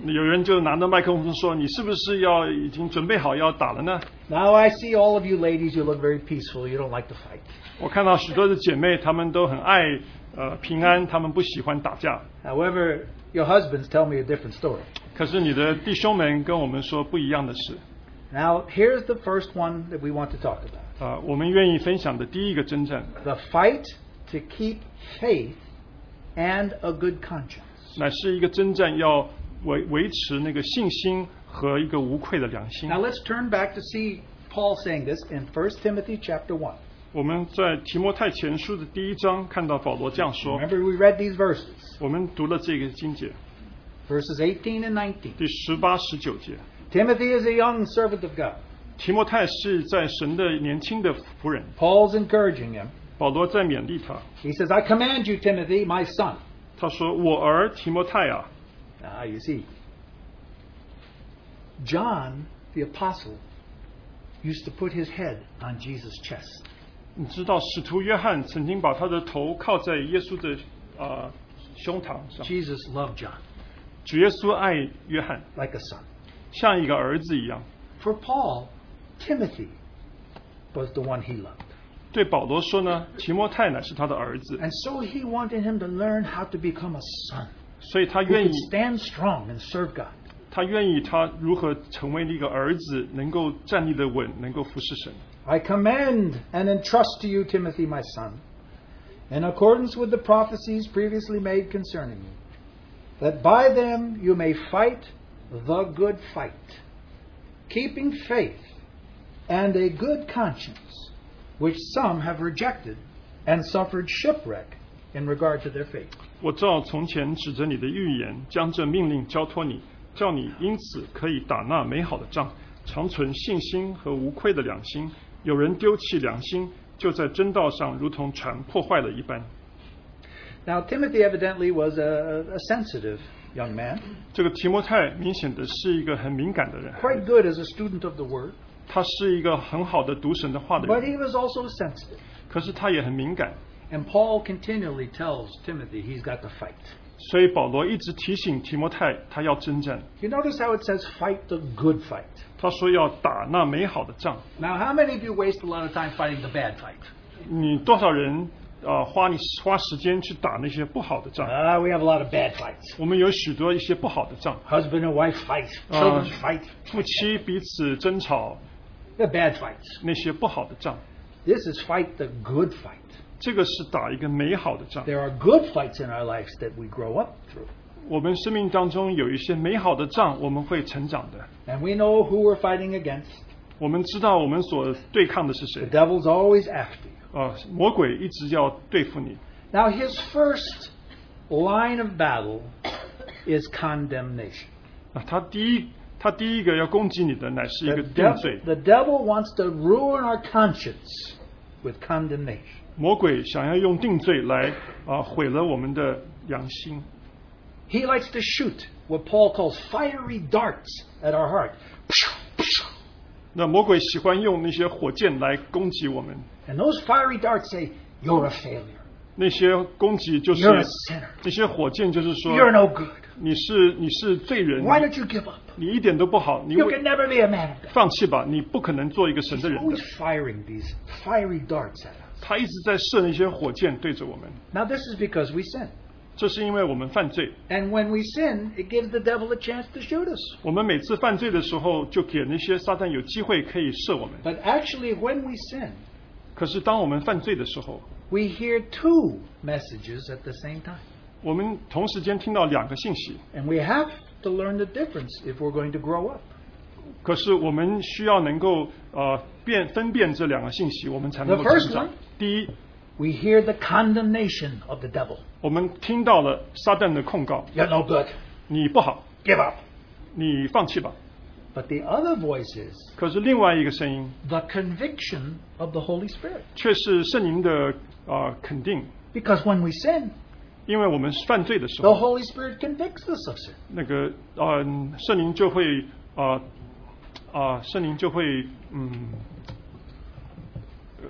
Speaker 1: 有人就拿着麦克风说：“你是不是要已经准备好要打了呢
Speaker 2: now I see all of you ladies. You look very peaceful. You don't like to fight.？”
Speaker 1: 我看到许多的姐妹，她们都很爱呃平安，她们不喜欢打架。
Speaker 2: However, your husbands tell me a different story.
Speaker 1: 可是你的弟兄们跟我们说不一样的是，
Speaker 2: Now here's the first one that we want to talk about:
Speaker 1: 啊、我们愿意分享的第一个征战，
Speaker 2: the fight to keep faith and a good conscience.
Speaker 1: 乃是一个征战要维维持那个信心和一个无愧的良心
Speaker 2: Now。let's turn back to see Paul saying this in 1 Timothy chapter one.
Speaker 1: 我们在提摩太前书的第一章看到保罗这样说，
Speaker 2: Remember, we read these verses,
Speaker 1: 我们读了这个经节。
Speaker 2: verses 18 and 19.
Speaker 1: 第十八、十九节，
Speaker 2: Timothy is a young servant of God.
Speaker 1: 提摩太是在神的年轻的仆人，
Speaker 2: Paul's encouraging him.
Speaker 1: 保罗在勉励他，
Speaker 2: He says, I command you, Timothy, my son.
Speaker 1: 他说：“我儿提摩太啊，
Speaker 2: Ah, you see, John the apostle used to put his head on Jesus' chest.
Speaker 1: 你知道使徒约翰曾经把他的头靠在耶稣的啊、呃胸膛上，
Speaker 2: Jesus loved John
Speaker 1: 主耶稣爱约翰，
Speaker 2: like a son.
Speaker 1: 像一个儿子一样。
Speaker 2: For Paul, Timothy was the one he loved.
Speaker 1: 对保罗说呢，提摩太乃是他的儿子，
Speaker 2: And so he wanted him to learn how to become a son
Speaker 1: 所以他
Speaker 2: who
Speaker 1: 愿意
Speaker 2: could，stand strong and serve God.
Speaker 1: 他愿意他如何成为一个儿子，能够站立的稳，能够服侍神。
Speaker 2: I command and entrust to you, Timothy, my son, in accordance with the prophecies previously made concerning you, that by them you may fight the good fight, keeping faith and a good conscience, which some have rejected and suffered shipwreck in regard to their faith.
Speaker 1: 我照从前指着你的预言，将这命令交托你，叫你因此可以打那美好的仗，长存信心和无愧的良心。有人丢弃良心，就在真道上如同船破坏了一般。
Speaker 2: Now, Timothy evidently was a, a sensitive young man,
Speaker 1: 这个提摩太明显的是一个很敏感的人，
Speaker 2: quite good as a student of the word,
Speaker 1: 他是一个很好的读神的话的
Speaker 2: but
Speaker 1: 人，
Speaker 2: he was also sensitive.
Speaker 1: 可是他也很敏感，
Speaker 2: And Paul continually tells Timothy he's got to fight.
Speaker 1: 所以保罗一直提醒提摩太，他要征战。
Speaker 2: You notice how it says fight the good fight.
Speaker 1: 他说要打那美好的仗。
Speaker 2: Now, how many of you waste a lot of time fighting the bad fight?
Speaker 1: 你多少人啊、呃花你花时间去打那些不好的仗？
Speaker 2: Ah, we have a lot of bad fights.
Speaker 1: 我们有许多一些不好的仗，
Speaker 2: Husband and wife fight, children fight,
Speaker 1: 夫妻彼此争吵，
Speaker 2: the bad fights.
Speaker 1: 那些不好的仗，
Speaker 2: This is fight the good fight.
Speaker 1: 这个是打一个美好的仗。
Speaker 2: There are good fights in our lives that we grow up through.
Speaker 1: 我们生命当中有一些美好的仗，我们会成长的。
Speaker 2: And we know who we're fighting against.
Speaker 1: 我们知道我们所对抗的是
Speaker 2: The
Speaker 1: 谁
Speaker 2: devil's always after you.
Speaker 1: 啊、魔鬼一直要对付你。
Speaker 2: Now, his first line of battle is condemnation.
Speaker 1: 啊，他第一，他第一个要攻击你的乃是一
Speaker 2: The,
Speaker 1: 个定
Speaker 2: dev-
Speaker 1: 罪。
Speaker 2: the devil wants to ruin our conscience with condemnation.
Speaker 1: 魔鬼想要用定罪来啊、毁了我们的良心。
Speaker 2: He likes to shoot what Paul calls fiery darts at our heart.
Speaker 1: 那魔鬼喜欢用那些火箭来攻击我们，
Speaker 2: And those fiery darts say, You're a failure.
Speaker 1: 那些攻击就是
Speaker 2: You're a sinner.
Speaker 1: 那些火箭，就是说
Speaker 2: You're no good.
Speaker 1: 你是你是罪人，
Speaker 2: Why don't you give up?
Speaker 1: 你一点都不好，你
Speaker 2: You can never be a man of God.
Speaker 1: 放弃吧，你不可能做一个神的
Speaker 2: He's
Speaker 1: 人的
Speaker 2: always。firing these fiery darts at us.
Speaker 1: 他一直在射那些火箭对着我们，
Speaker 2: Now, this is because we sin.
Speaker 1: 这是因为我们犯罪。
Speaker 2: And when we sin, it gives the devil a chance to shoot us.
Speaker 1: 我们每次犯罪的时候，就给那些撒旦有机会可以射我们。
Speaker 2: But actually, when we sin,
Speaker 1: 可是当我们犯罪的时候，
Speaker 2: we hear two messages at the same time.
Speaker 1: 我们同时间听到两个信息，
Speaker 2: And we have to learn the difference if we're going to grow up.
Speaker 1: 可是我们需要能够呃辨分辨这两个信息，我们才能够
Speaker 2: The first
Speaker 1: 成长
Speaker 2: one.。
Speaker 1: 第一，
Speaker 2: We hear the condemnation of the devil.
Speaker 1: 我们听到了撒旦的控告，
Speaker 2: You're no good.
Speaker 1: 你不好，
Speaker 2: Give up.
Speaker 1: 你放弃吧。
Speaker 2: But the other voice is
Speaker 1: 可是另外一个声音
Speaker 2: the conviction of the Holy Spirit.
Speaker 1: 却是圣灵的呃肯定，
Speaker 2: Because when we sin,
Speaker 1: 因为我们犯罪的时
Speaker 2: the
Speaker 1: 候，
Speaker 2: Holy Spirit convicts us of sin.
Speaker 1: 那个呃圣灵就会呃呃圣灵就会嗯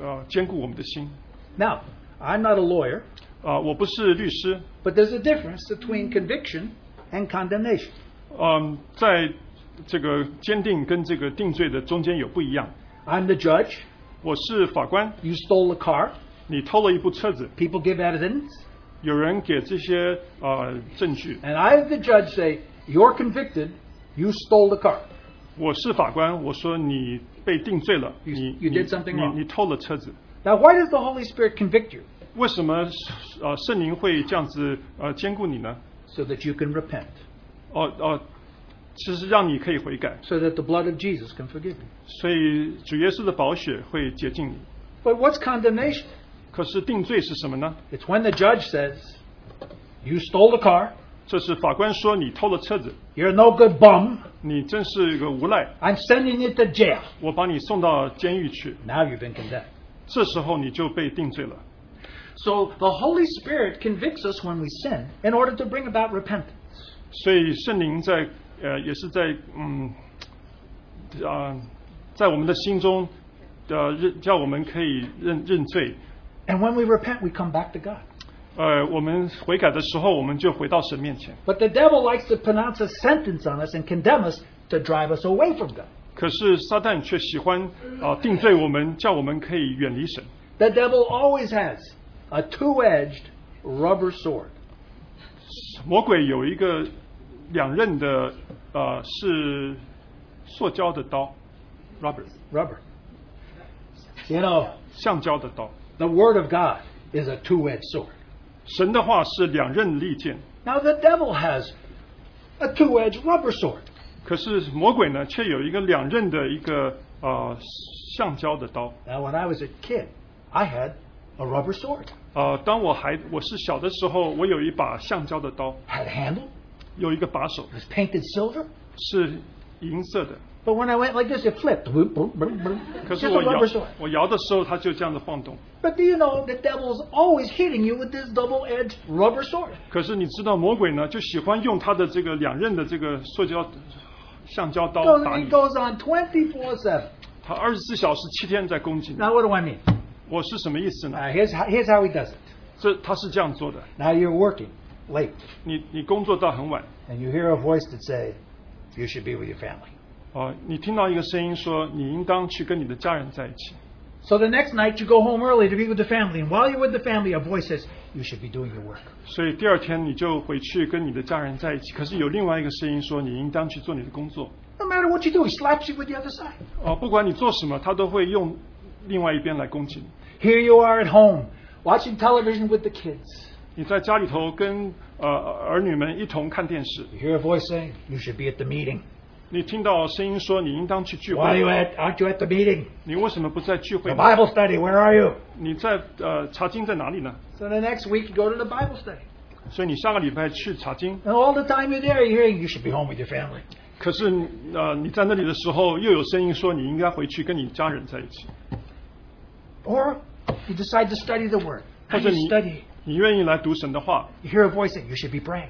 Speaker 1: 呃兼顾我们的心。
Speaker 2: Now, I'm not a lawyer,
Speaker 1: 啊、我不是律师，
Speaker 2: but there's a difference between conviction and condemnation.
Speaker 1: 嗯，在这个坚定跟这个定罪的中间有不一样。
Speaker 2: I'm the judge.
Speaker 1: 我是法官，
Speaker 2: You stole a car.
Speaker 1: 你偷了一部车子，
Speaker 2: People give evidence.
Speaker 1: 有人给这些呃证据。
Speaker 2: And I, as the judge, say, You're convicted. You stole the car.
Speaker 1: 我是法官，我说你被定罪了，
Speaker 2: You-
Speaker 1: 你
Speaker 2: you
Speaker 1: 你
Speaker 2: did something wrong.
Speaker 1: 你你偷了车子。
Speaker 2: Now, why does the Holy Spirit convict you?
Speaker 1: 为什么呃圣灵会这样子呃兼顾你呢？
Speaker 2: So that you can repent,
Speaker 1: 哦、哦、其实让你可以悔改，
Speaker 2: so that the blood of Jesus can forgive you.
Speaker 1: 所以主耶稣的宝血会洁净你。
Speaker 2: But what's condemnation?
Speaker 1: 可是定罪是什么呢？
Speaker 2: It's when the judge says, You stole the car.
Speaker 1: 这是法官说你偷了车子，
Speaker 2: You're no good bum.
Speaker 1: 你真是个无赖，
Speaker 2: I'm sending you to jail.
Speaker 1: 我把你送到监狱去，
Speaker 2: Now you've been condemned.
Speaker 1: 这时候你就被定罪了。
Speaker 2: So the Holy Spirit convicts us when we sin in order to bring about repentance.
Speaker 1: 所以圣灵在呃也是在嗯啊、在我们的心中呃认叫我们可以认认罪。
Speaker 2: And when we repent, we come back to God.
Speaker 1: 呃，我们悔改的时候，我们就回到神面前。
Speaker 2: But the devil likes to pronounce a sentence on us and condemn us to drive us away from God.
Speaker 1: 可是撒旦却喜欢啊、定罪我们，叫我们可以远离神。
Speaker 2: The devil always has a two edged rubber sword.
Speaker 1: 魔鬼有一个两刃的呃是塑胶的刀，rubber，
Speaker 2: Rubber. You know,
Speaker 1: 橡胶的刀。
Speaker 2: the Word of God is a two edged sword.
Speaker 1: 神的话是两刃利剑，
Speaker 2: Now, the devil has a two edged rubber sword.
Speaker 1: 可是魔鬼呢，却有一个两刃的一个呃橡胶的刀。
Speaker 2: Now, when I was a kid, I had a rubber sword,
Speaker 1: 呃，当我还我是小的时候，我有一把橡胶的刀，
Speaker 2: had a handle,
Speaker 1: 有一个把手
Speaker 2: it was painted silver.
Speaker 1: 是银色的，
Speaker 2: But when I went like this, it flipped. Boop, boop, boop, boop.
Speaker 1: 可
Speaker 2: Just
Speaker 1: 是
Speaker 2: a
Speaker 1: 我摇
Speaker 2: rubber sword.
Speaker 1: 我摇的时候，它就这样的晃动。
Speaker 2: But do you know the devil's always hitting you with this double-edged rubber sword?
Speaker 1: 可是你知道，魔鬼呢就喜欢用他的这个两刃的这个塑胶、橡胶刀
Speaker 2: Goes,
Speaker 1: 打
Speaker 2: it
Speaker 1: 你，
Speaker 2: goes on 24/7.
Speaker 1: 他二十四小时七天在攻击你。
Speaker 2: Now what do I mean?
Speaker 1: 我是什么意思呢？
Speaker 2: Uh, here's how, here's how he does it.
Speaker 1: 这他是这样做的。
Speaker 2: Now you're working late,
Speaker 1: 你你工作到很晚，
Speaker 2: and you hear a voice that say, "You should be with your family."
Speaker 1: 哦，你听到一个声音说你应当去跟你的家人在一起。
Speaker 2: So the next night you go home early to be with the family, and while you're with the family, a voice says, "You should be doing your work."
Speaker 1: 所以第二天你就回去跟你的家人在一起，可是有另外一个声音说你应当去做你的工作。
Speaker 2: No matter what you do, he slaps you with the other side.
Speaker 1: 哦，不管你做什么，他都会用另外一边来攻击你。
Speaker 2: Here you are at home, watching television with the kids.
Speaker 1: 你在家里头跟呃儿女们一同看电视，
Speaker 2: You hear a voice saying, "You should be at the meeting."
Speaker 1: 你听到声音说你应当去聚
Speaker 2: Why are you
Speaker 1: 会，
Speaker 2: at? Aren't you at the meeting?
Speaker 1: 你为什么不在聚会
Speaker 2: The
Speaker 1: 呢？
Speaker 2: Bible study. Where are you?
Speaker 1: 你在呃查经在哪里呢？
Speaker 2: So the next week you go to the Bible study,
Speaker 1: 所以你下个礼拜去查经，
Speaker 2: and all the time you're there, you're hearing, "You should be home with your family."
Speaker 1: 可是呃你在那里的时候，又有声音说你应该回去跟你家人在一起，
Speaker 2: Or you decide to study the Word. How
Speaker 1: Pastor,
Speaker 2: do you
Speaker 1: you-
Speaker 2: study?
Speaker 1: 你愿意来读神的话，
Speaker 2: You hear a voice saying, "You should be praying."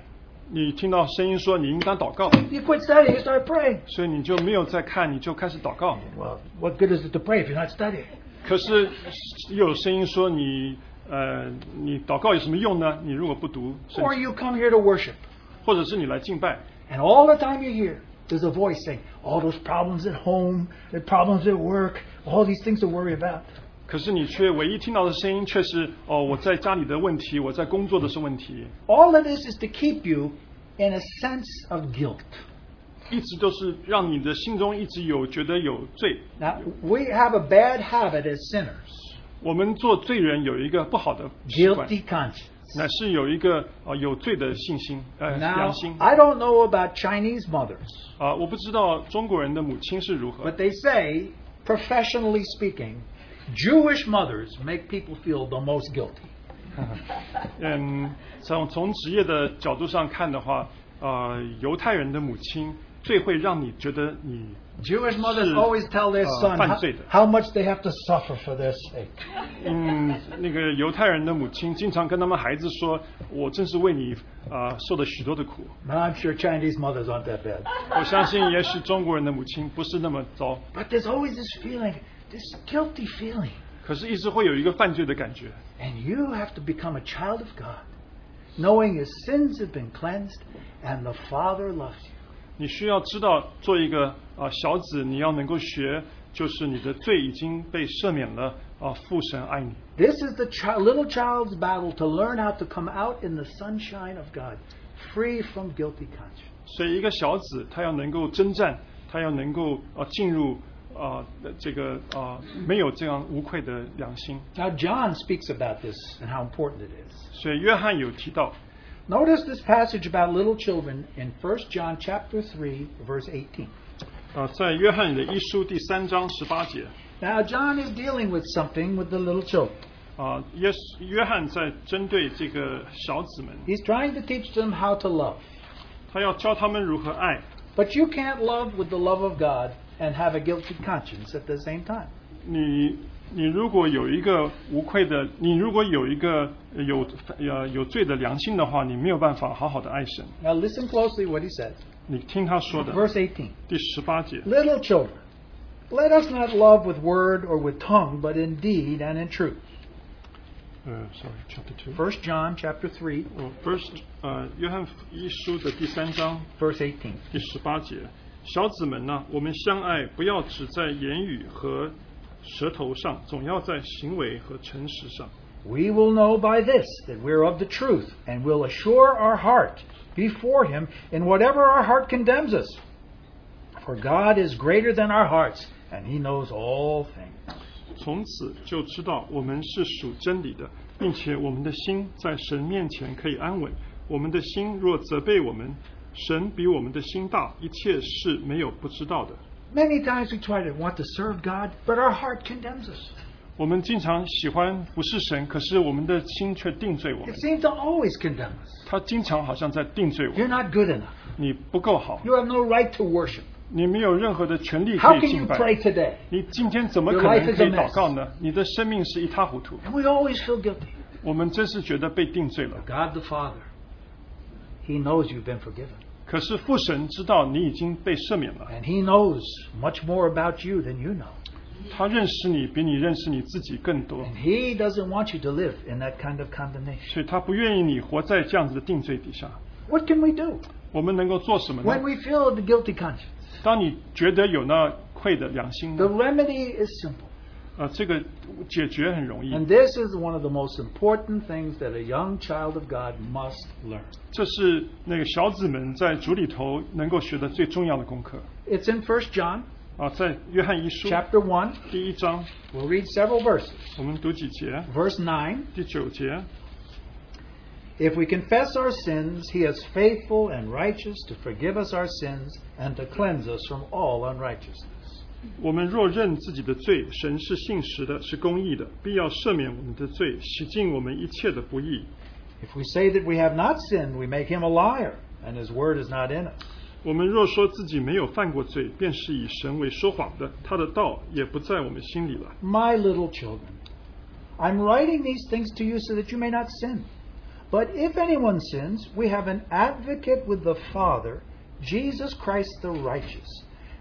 Speaker 1: 你听到声音说你应当祷告，
Speaker 2: You quit studying, you start praying.
Speaker 1: 所以你就没有再看，你就开始祷告。
Speaker 2: Well, what good is it to pray if you're not studying?
Speaker 1: 可是又有声音说你呃，你祷告有什么用呢？你如果不读圣
Speaker 2: Or
Speaker 1: 经，
Speaker 2: you come here to worship,
Speaker 1: 或者是你来敬拜，
Speaker 2: and all the time you're here, there's a voice saying, all those problems at home, the problems at work, all these things to worry about.
Speaker 1: 可是你却唯一听到的声音却是哦，我在家里的问题，我在工作的是问题，
Speaker 2: All of this is to keep you in a sense of guilt.
Speaker 1: 一直都是让你的心中一直有觉得有罪。
Speaker 2: Now, we have a bad habit as sinners
Speaker 1: 我们做罪人有一个不好的习惯，
Speaker 2: guilty conscience.
Speaker 1: 乃是有一个呃有罪的信心呃
Speaker 2: Now, 啊
Speaker 1: 良心
Speaker 2: I don't know about Chinese mothers,
Speaker 1: 啊、我不知道中国人的母亲是如何
Speaker 2: but，they say, professionally speaking, Jewish mothers make people feel the most guilty.
Speaker 1: 嗯，从从职业的角度上看的话，呃，犹太人的母亲最会让你觉得你
Speaker 2: Jewish mothers
Speaker 1: Hmm.
Speaker 2: always tell their
Speaker 1: Uh,
Speaker 2: son
Speaker 1: fun
Speaker 2: how,
Speaker 1: sweet.
Speaker 2: how much they have to suffer for their sake.
Speaker 1: 嗯，那个犹太人的母亲经常跟他们孩子说：“我真是为你啊、呃受了许多的苦。
Speaker 2: Now, I'm sure Chinese mothers aren't that bad. ”
Speaker 1: 我相信，也许中国人的母亲不是那么糟，
Speaker 2: But there's always this feeling, this guilty feeling.
Speaker 1: 可是一直会有一个犯罪的感觉。
Speaker 2: And you have to become a child of God, knowing your sins have been cleansed and the Father loves you.
Speaker 1: 你需要知道，做一个啊、呃小子，你要能够学，就是你的罪已经被赦免了啊、父神爱你。
Speaker 2: This is the chi- little child's battle to learn how to come out in the sunshine of God, free from guilty conscience.
Speaker 1: 所以，一个小子他要能够征战，他要能够啊、呃进入啊、呃这个啊、呃没有这样无愧的良心。
Speaker 2: Now, John speaks about this and how important it is.
Speaker 1: 所以，约翰有提到。
Speaker 2: Notice this passage about little children in 1 John chapter 3 verse 18.
Speaker 1: 啊，在约翰的一书第三章十八节，
Speaker 2: Now John is dealing with something with the little children.
Speaker 1: 啊，耶稣约翰在针对这个小子们，
Speaker 2: He's trying to teach them how to love.
Speaker 1: 他要教他们如何爱。
Speaker 2: But you can't love with the love of God and have a guilty conscience at the same time.
Speaker 1: 你你如果有一个无愧的，你如果有一个呃有呃有罪的良心的话，你没有办法好好的爱神。
Speaker 2: Now listen closely what he says.
Speaker 1: 你听他说的
Speaker 2: Verse 18.
Speaker 1: 第十八节，
Speaker 2: Little children, let us not love with word or with tongue, but in deed and in truth.
Speaker 1: 呃，sorry chapter two，
Speaker 2: 1 John chapter 3
Speaker 1: 我 first 呃约翰一书的第三章
Speaker 2: verse 18.
Speaker 1: 第十八节，小子们呐，我们相爱，不要只在言语和舌头上，总要在行为和诚实上。
Speaker 2: We will know by this that we're of the truth, and will assure our heart before Him in whatever our heart condemns us. For God is greater than our hearts, and He knows all things.
Speaker 1: 从此就知道我们是属真理的，并且我们的心在神面前可以安稳。我们的心若责备我们，神比我们的心大，一切是没有不知道的。
Speaker 2: Many times we try to want to serve God, but our heart condemns us.
Speaker 1: 我们经常喜欢服侍神，可是我们的心却定罪我们
Speaker 2: It。seems to always condemn us.
Speaker 1: 他经常好像在定罪我们
Speaker 2: You're not good enough.
Speaker 1: 你不够好，
Speaker 2: You have no right to worship.
Speaker 1: 你没有任何的权利可
Speaker 2: How
Speaker 1: 以
Speaker 2: can
Speaker 1: 敬
Speaker 2: you
Speaker 1: 拜。
Speaker 2: pray today?
Speaker 1: 你今天怎么可
Speaker 2: Your life
Speaker 1: 能
Speaker 2: is
Speaker 1: 可
Speaker 2: a
Speaker 1: 以
Speaker 2: mess.
Speaker 1: 祷告呢？你的生命是一塌糊涂。
Speaker 2: And we always feel guilty.
Speaker 1: 我们真是觉得被定罪了。
Speaker 2: God the Father, He knows you've been forgiven.
Speaker 1: 可是父神知道你已经被赦免了，
Speaker 2: And He knows much more about you than you know.
Speaker 1: 他认识你比你认识你自己更多，
Speaker 2: And He doesn't want you to live in that kind of condemnation.
Speaker 1: 所以他不愿意你活在这样子的定罪底下。
Speaker 2: What can we do
Speaker 1: 我们能够做什么
Speaker 2: when
Speaker 1: 呢？
Speaker 2: we feel the guilty conscience?
Speaker 1: 当你觉得有那愧的良心
Speaker 2: The
Speaker 1: 呢？
Speaker 2: remedy is simple.
Speaker 1: 呃，这个解决很容易，
Speaker 2: And this is one of the most important things that a young child of God must learn.
Speaker 1: 这是那个小子们在主里头能够学的最重要的功课
Speaker 2: It's in 1 John
Speaker 1: 啊。在约翰一书
Speaker 2: chapter 1.
Speaker 1: 第一章，
Speaker 2: We'll read several verses.
Speaker 1: 我们读几节？
Speaker 2: Verse 9
Speaker 1: 第九节，
Speaker 2: If we confess our sins, he is faithful and righteous to forgive us our sins and to cleanse us from all unrighteousness.
Speaker 1: 我们若认自己的罪，神是信实的，是公义的，必要赦免我们的罪，洗净我们一切的不义。
Speaker 2: If we say that we have not sinned, we make him a liar, and his word is not in us.
Speaker 1: 我们若说自己没有犯过罪，便是以神为说谎的，他的道也不在我们心里了。
Speaker 2: My little children, I'm writing these things to you so that you may not sin. But if anyone sins, we have an advocate with the Father, Jesus Christ the righteous.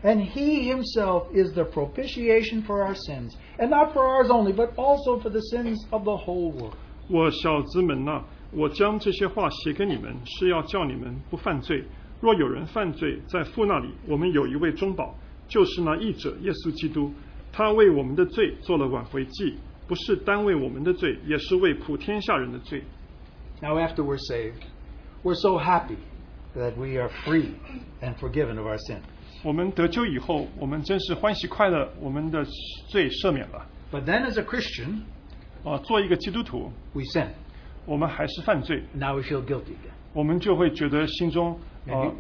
Speaker 2: And he himself is the propitiation for our sins, and not for ours only, but also for the sins of the whole world.
Speaker 1: 我小子们呐、我将这些话写给你们，是要叫你们不犯罪。若有人犯罪，在父那里我们有一位中保，就是那义者耶稣基督。他为我们的罪做了挽回祭，不是单为我们的罪，也是为普天下人的罪。
Speaker 2: Now, after we're saved, we're so happy that we are free and forgiven of our sin.
Speaker 1: 我们得救以后，我们真是欢喜快乐，我们的罪赦免了。
Speaker 2: But then, as a Christian,
Speaker 1: 啊，做一个基督徒，
Speaker 2: we sin.
Speaker 1: 我们还是犯罪，
Speaker 2: Now we feel guilty again.
Speaker 1: 我们就会觉得心中啊、
Speaker 2: Maybe,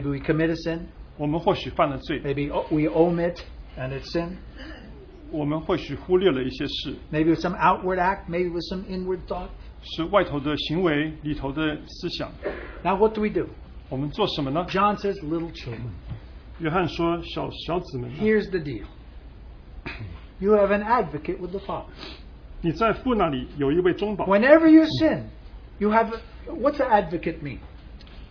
Speaker 2: maybe we commit a sin,
Speaker 1: 我们或许犯了罪，
Speaker 2: Maybe o- we omit and it's sin.
Speaker 1: 我们或许忽略了一些事，
Speaker 2: Maybe with some outward act, maybe with some inward thought.
Speaker 1: 是外头的行为，里头的思想。
Speaker 2: Now, what do we do?
Speaker 1: 我们做什么呢？
Speaker 2: John says, little children,
Speaker 1: 约翰说：“小小子们啊，
Speaker 2: here's the deal. You have an advocate with the Father.
Speaker 1: 你在父那里有一位中保。
Speaker 2: Whenever you sin, you have. What's an advocate mean?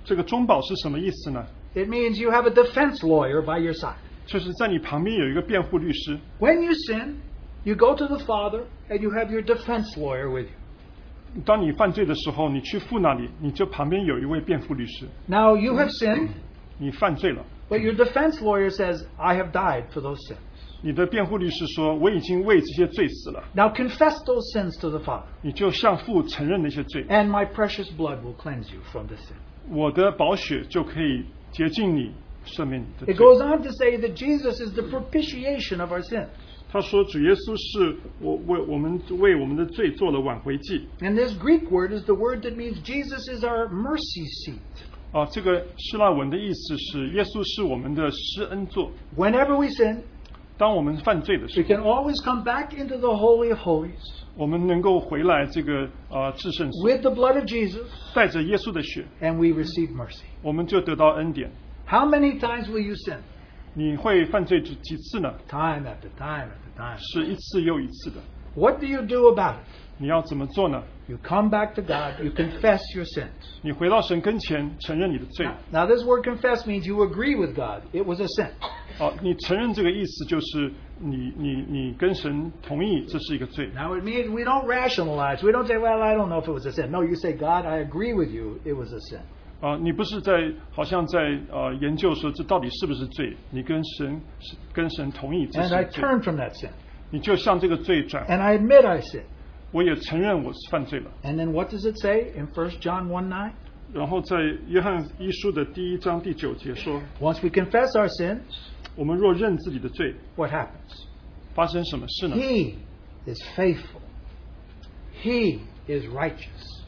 Speaker 1: 这个中保是什么意思呢？
Speaker 2: It means you have a defense lawyer by your side.
Speaker 1: 就是在你旁边有一个辩护律师。
Speaker 2: When you sin, you go to the Father and you have your defense lawyer with you.
Speaker 1: 当你犯罪的时候，你去父那里，你就旁边有一位辩护律师。
Speaker 2: Now, you have sinned,
Speaker 1: 你犯罪了，
Speaker 2: but your defense lawyer says, I have died for those sins.
Speaker 1: 你的辩护律师说：我已经为这些罪死了。
Speaker 2: Now, confess those sins to the Father.
Speaker 1: 你就向父承认那些罪，
Speaker 2: and my precious blood will cleanse you from this sin.
Speaker 1: 我的宝血就可以洁净你，赦免你的
Speaker 2: It
Speaker 1: 罪。
Speaker 2: goes on to say that Jesus is the propitiation of our sins.
Speaker 1: 他说，主耶稣是我为我们为我们的罪做了挽回祭
Speaker 2: And this Greek word is the word that means Jesus is our mercy seat.
Speaker 1: 啊。这个希腊文的意思是，耶稣是我们的施恩座。
Speaker 2: Whenever we sin,
Speaker 1: 当我们犯罪的时
Speaker 2: we
Speaker 1: 候，
Speaker 2: can always come back into the Holy of Holies
Speaker 1: 我们能够回来这个啊至圣所，
Speaker 2: with the blood of Jesus,
Speaker 1: 带着耶稣的血，
Speaker 2: and we receive mercy.
Speaker 1: 我们就得到恩典。
Speaker 2: How many times will you sin?
Speaker 1: 你会犯罪几几次呢？
Speaker 2: Time after time after time.
Speaker 1: 是一次又一次的。
Speaker 2: What do you do about it?
Speaker 1: 你要怎么做呢？
Speaker 2: You come back to God, you confess your sins.
Speaker 1: 你回到神跟前，承认你的罪。
Speaker 2: Now, this word confess means you agree with God. It was a sin.
Speaker 1: 哦，你承认这个意思就是你你你跟神同意这是一个罪，
Speaker 2: Now it means we don't rationalize. We don't say, "Well, I don't know if it was a sin." No, you say, "God, I agree with you. It was a sin."
Speaker 1: 啊、你不是在好像在呃研究说这到底是不是罪，你跟神是跟神同意这
Speaker 2: And
Speaker 1: 是
Speaker 2: I
Speaker 1: 个罪，
Speaker 2: turn from that sin,
Speaker 1: 你就向这个罪转，
Speaker 2: and I admit I sinned.
Speaker 1: 我也承认我是犯罪了。
Speaker 2: And then what does it say in 1 John 1 9?
Speaker 1: 然后在约翰一书的第一章第九节说，
Speaker 2: Once we confess our sins,
Speaker 1: 我们若认自己的罪，
Speaker 2: what happens?
Speaker 1: 发生什么事呢？
Speaker 2: He is faithful. He is righteous.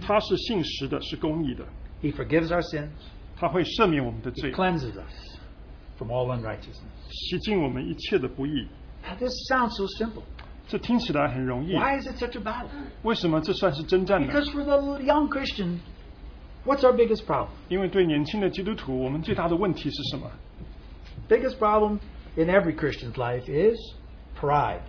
Speaker 1: 他是信实的，是公义的，
Speaker 2: He forgives our sins.
Speaker 1: 他会赦免我们的
Speaker 2: He
Speaker 1: 罪，
Speaker 2: cleanses us from all unrighteousness.
Speaker 1: 洗净我们一切的不义。
Speaker 2: Now, this sounds so simple,
Speaker 1: 这听起来很容易，
Speaker 2: Why is it such a battle?
Speaker 1: 为什么这算是征战呢？
Speaker 2: Because for the young Christian, what's our biggest problem?
Speaker 1: 因为对年轻的基督徒，我们最大的问题是什么？
Speaker 2: Biggest problem in every Christian's life is pride.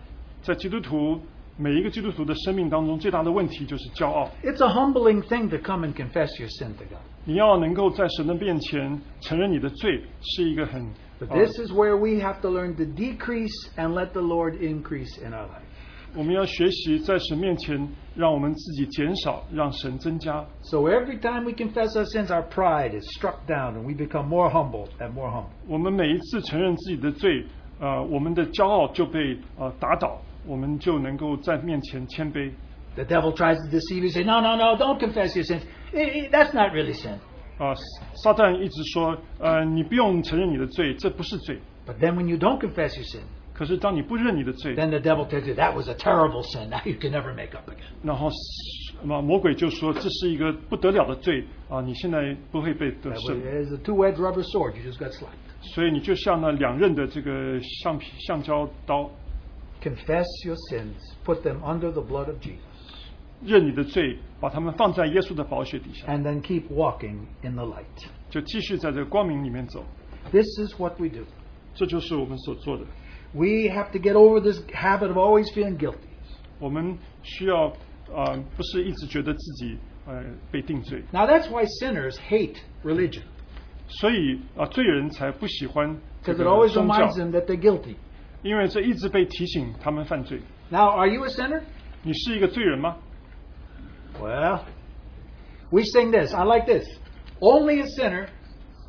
Speaker 1: 在基督徒每一个基督徒的生命当中，最大的问题就是骄傲。
Speaker 2: It's a humbling thing to come and confess your sin to God.
Speaker 1: 你要能够在神的面前承认你的罪，是一个很
Speaker 2: But
Speaker 1: 啊
Speaker 2: this is where we have to learn to decrease and let the Lord increase in our life.
Speaker 1: 呃我们要学习在神面前，让我们自己减少，让神增加。
Speaker 2: So every time we confess our sins, our pride is struck down and we become more humble and more humble.
Speaker 1: 我们每一次承认自己的罪，呃，我们的骄傲就被呃打倒，我们就能够在面前谦卑。
Speaker 2: The devil tries to deceive you, say, No, no, no, don't confess your sins. Eh, eh, that's not really sin.
Speaker 1: 啊、撒旦一直说，呃，你不用承认你的罪，这不是罪。
Speaker 2: But then when you don't confess your sin,
Speaker 1: 可是当你不认你的罪，
Speaker 2: then the devil tells you that was a terrible sin. Now you can never make up again.
Speaker 1: 然后魔魔鬼就说这是一个不得了的罪啊、你现在不会被得
Speaker 2: That
Speaker 1: 胜
Speaker 2: was- It's a two-edged rubber sword. You just got slapped.
Speaker 1: 所以你就像那两刃的这个橡皮橡胶刀，
Speaker 2: Confess your sins. Put them under the blood of Jesus.
Speaker 1: 认你的罪，把它们放在耶稣的宝血底下，
Speaker 2: And then keep walking in the light.
Speaker 1: 就继续在这个光明里面走。
Speaker 2: This is what we do.
Speaker 1: 这就是我们所做的。
Speaker 2: We have to get over this habit of always feeling guilty.
Speaker 1: 我们需要啊、呃不是一直觉得自己呃被定罪，
Speaker 2: Now that's why sinners hate religion.
Speaker 1: 所以啊、罪人才不喜欢这
Speaker 2: Because it
Speaker 1: 个
Speaker 2: always
Speaker 1: 宗教
Speaker 2: reminds，them that they're guilty.
Speaker 1: 因为这一直被提醒他们犯罪。
Speaker 2: Now, are you a sinner?
Speaker 1: 你是一个罪人吗？
Speaker 2: Well, we sing this. I like this. Only a sinner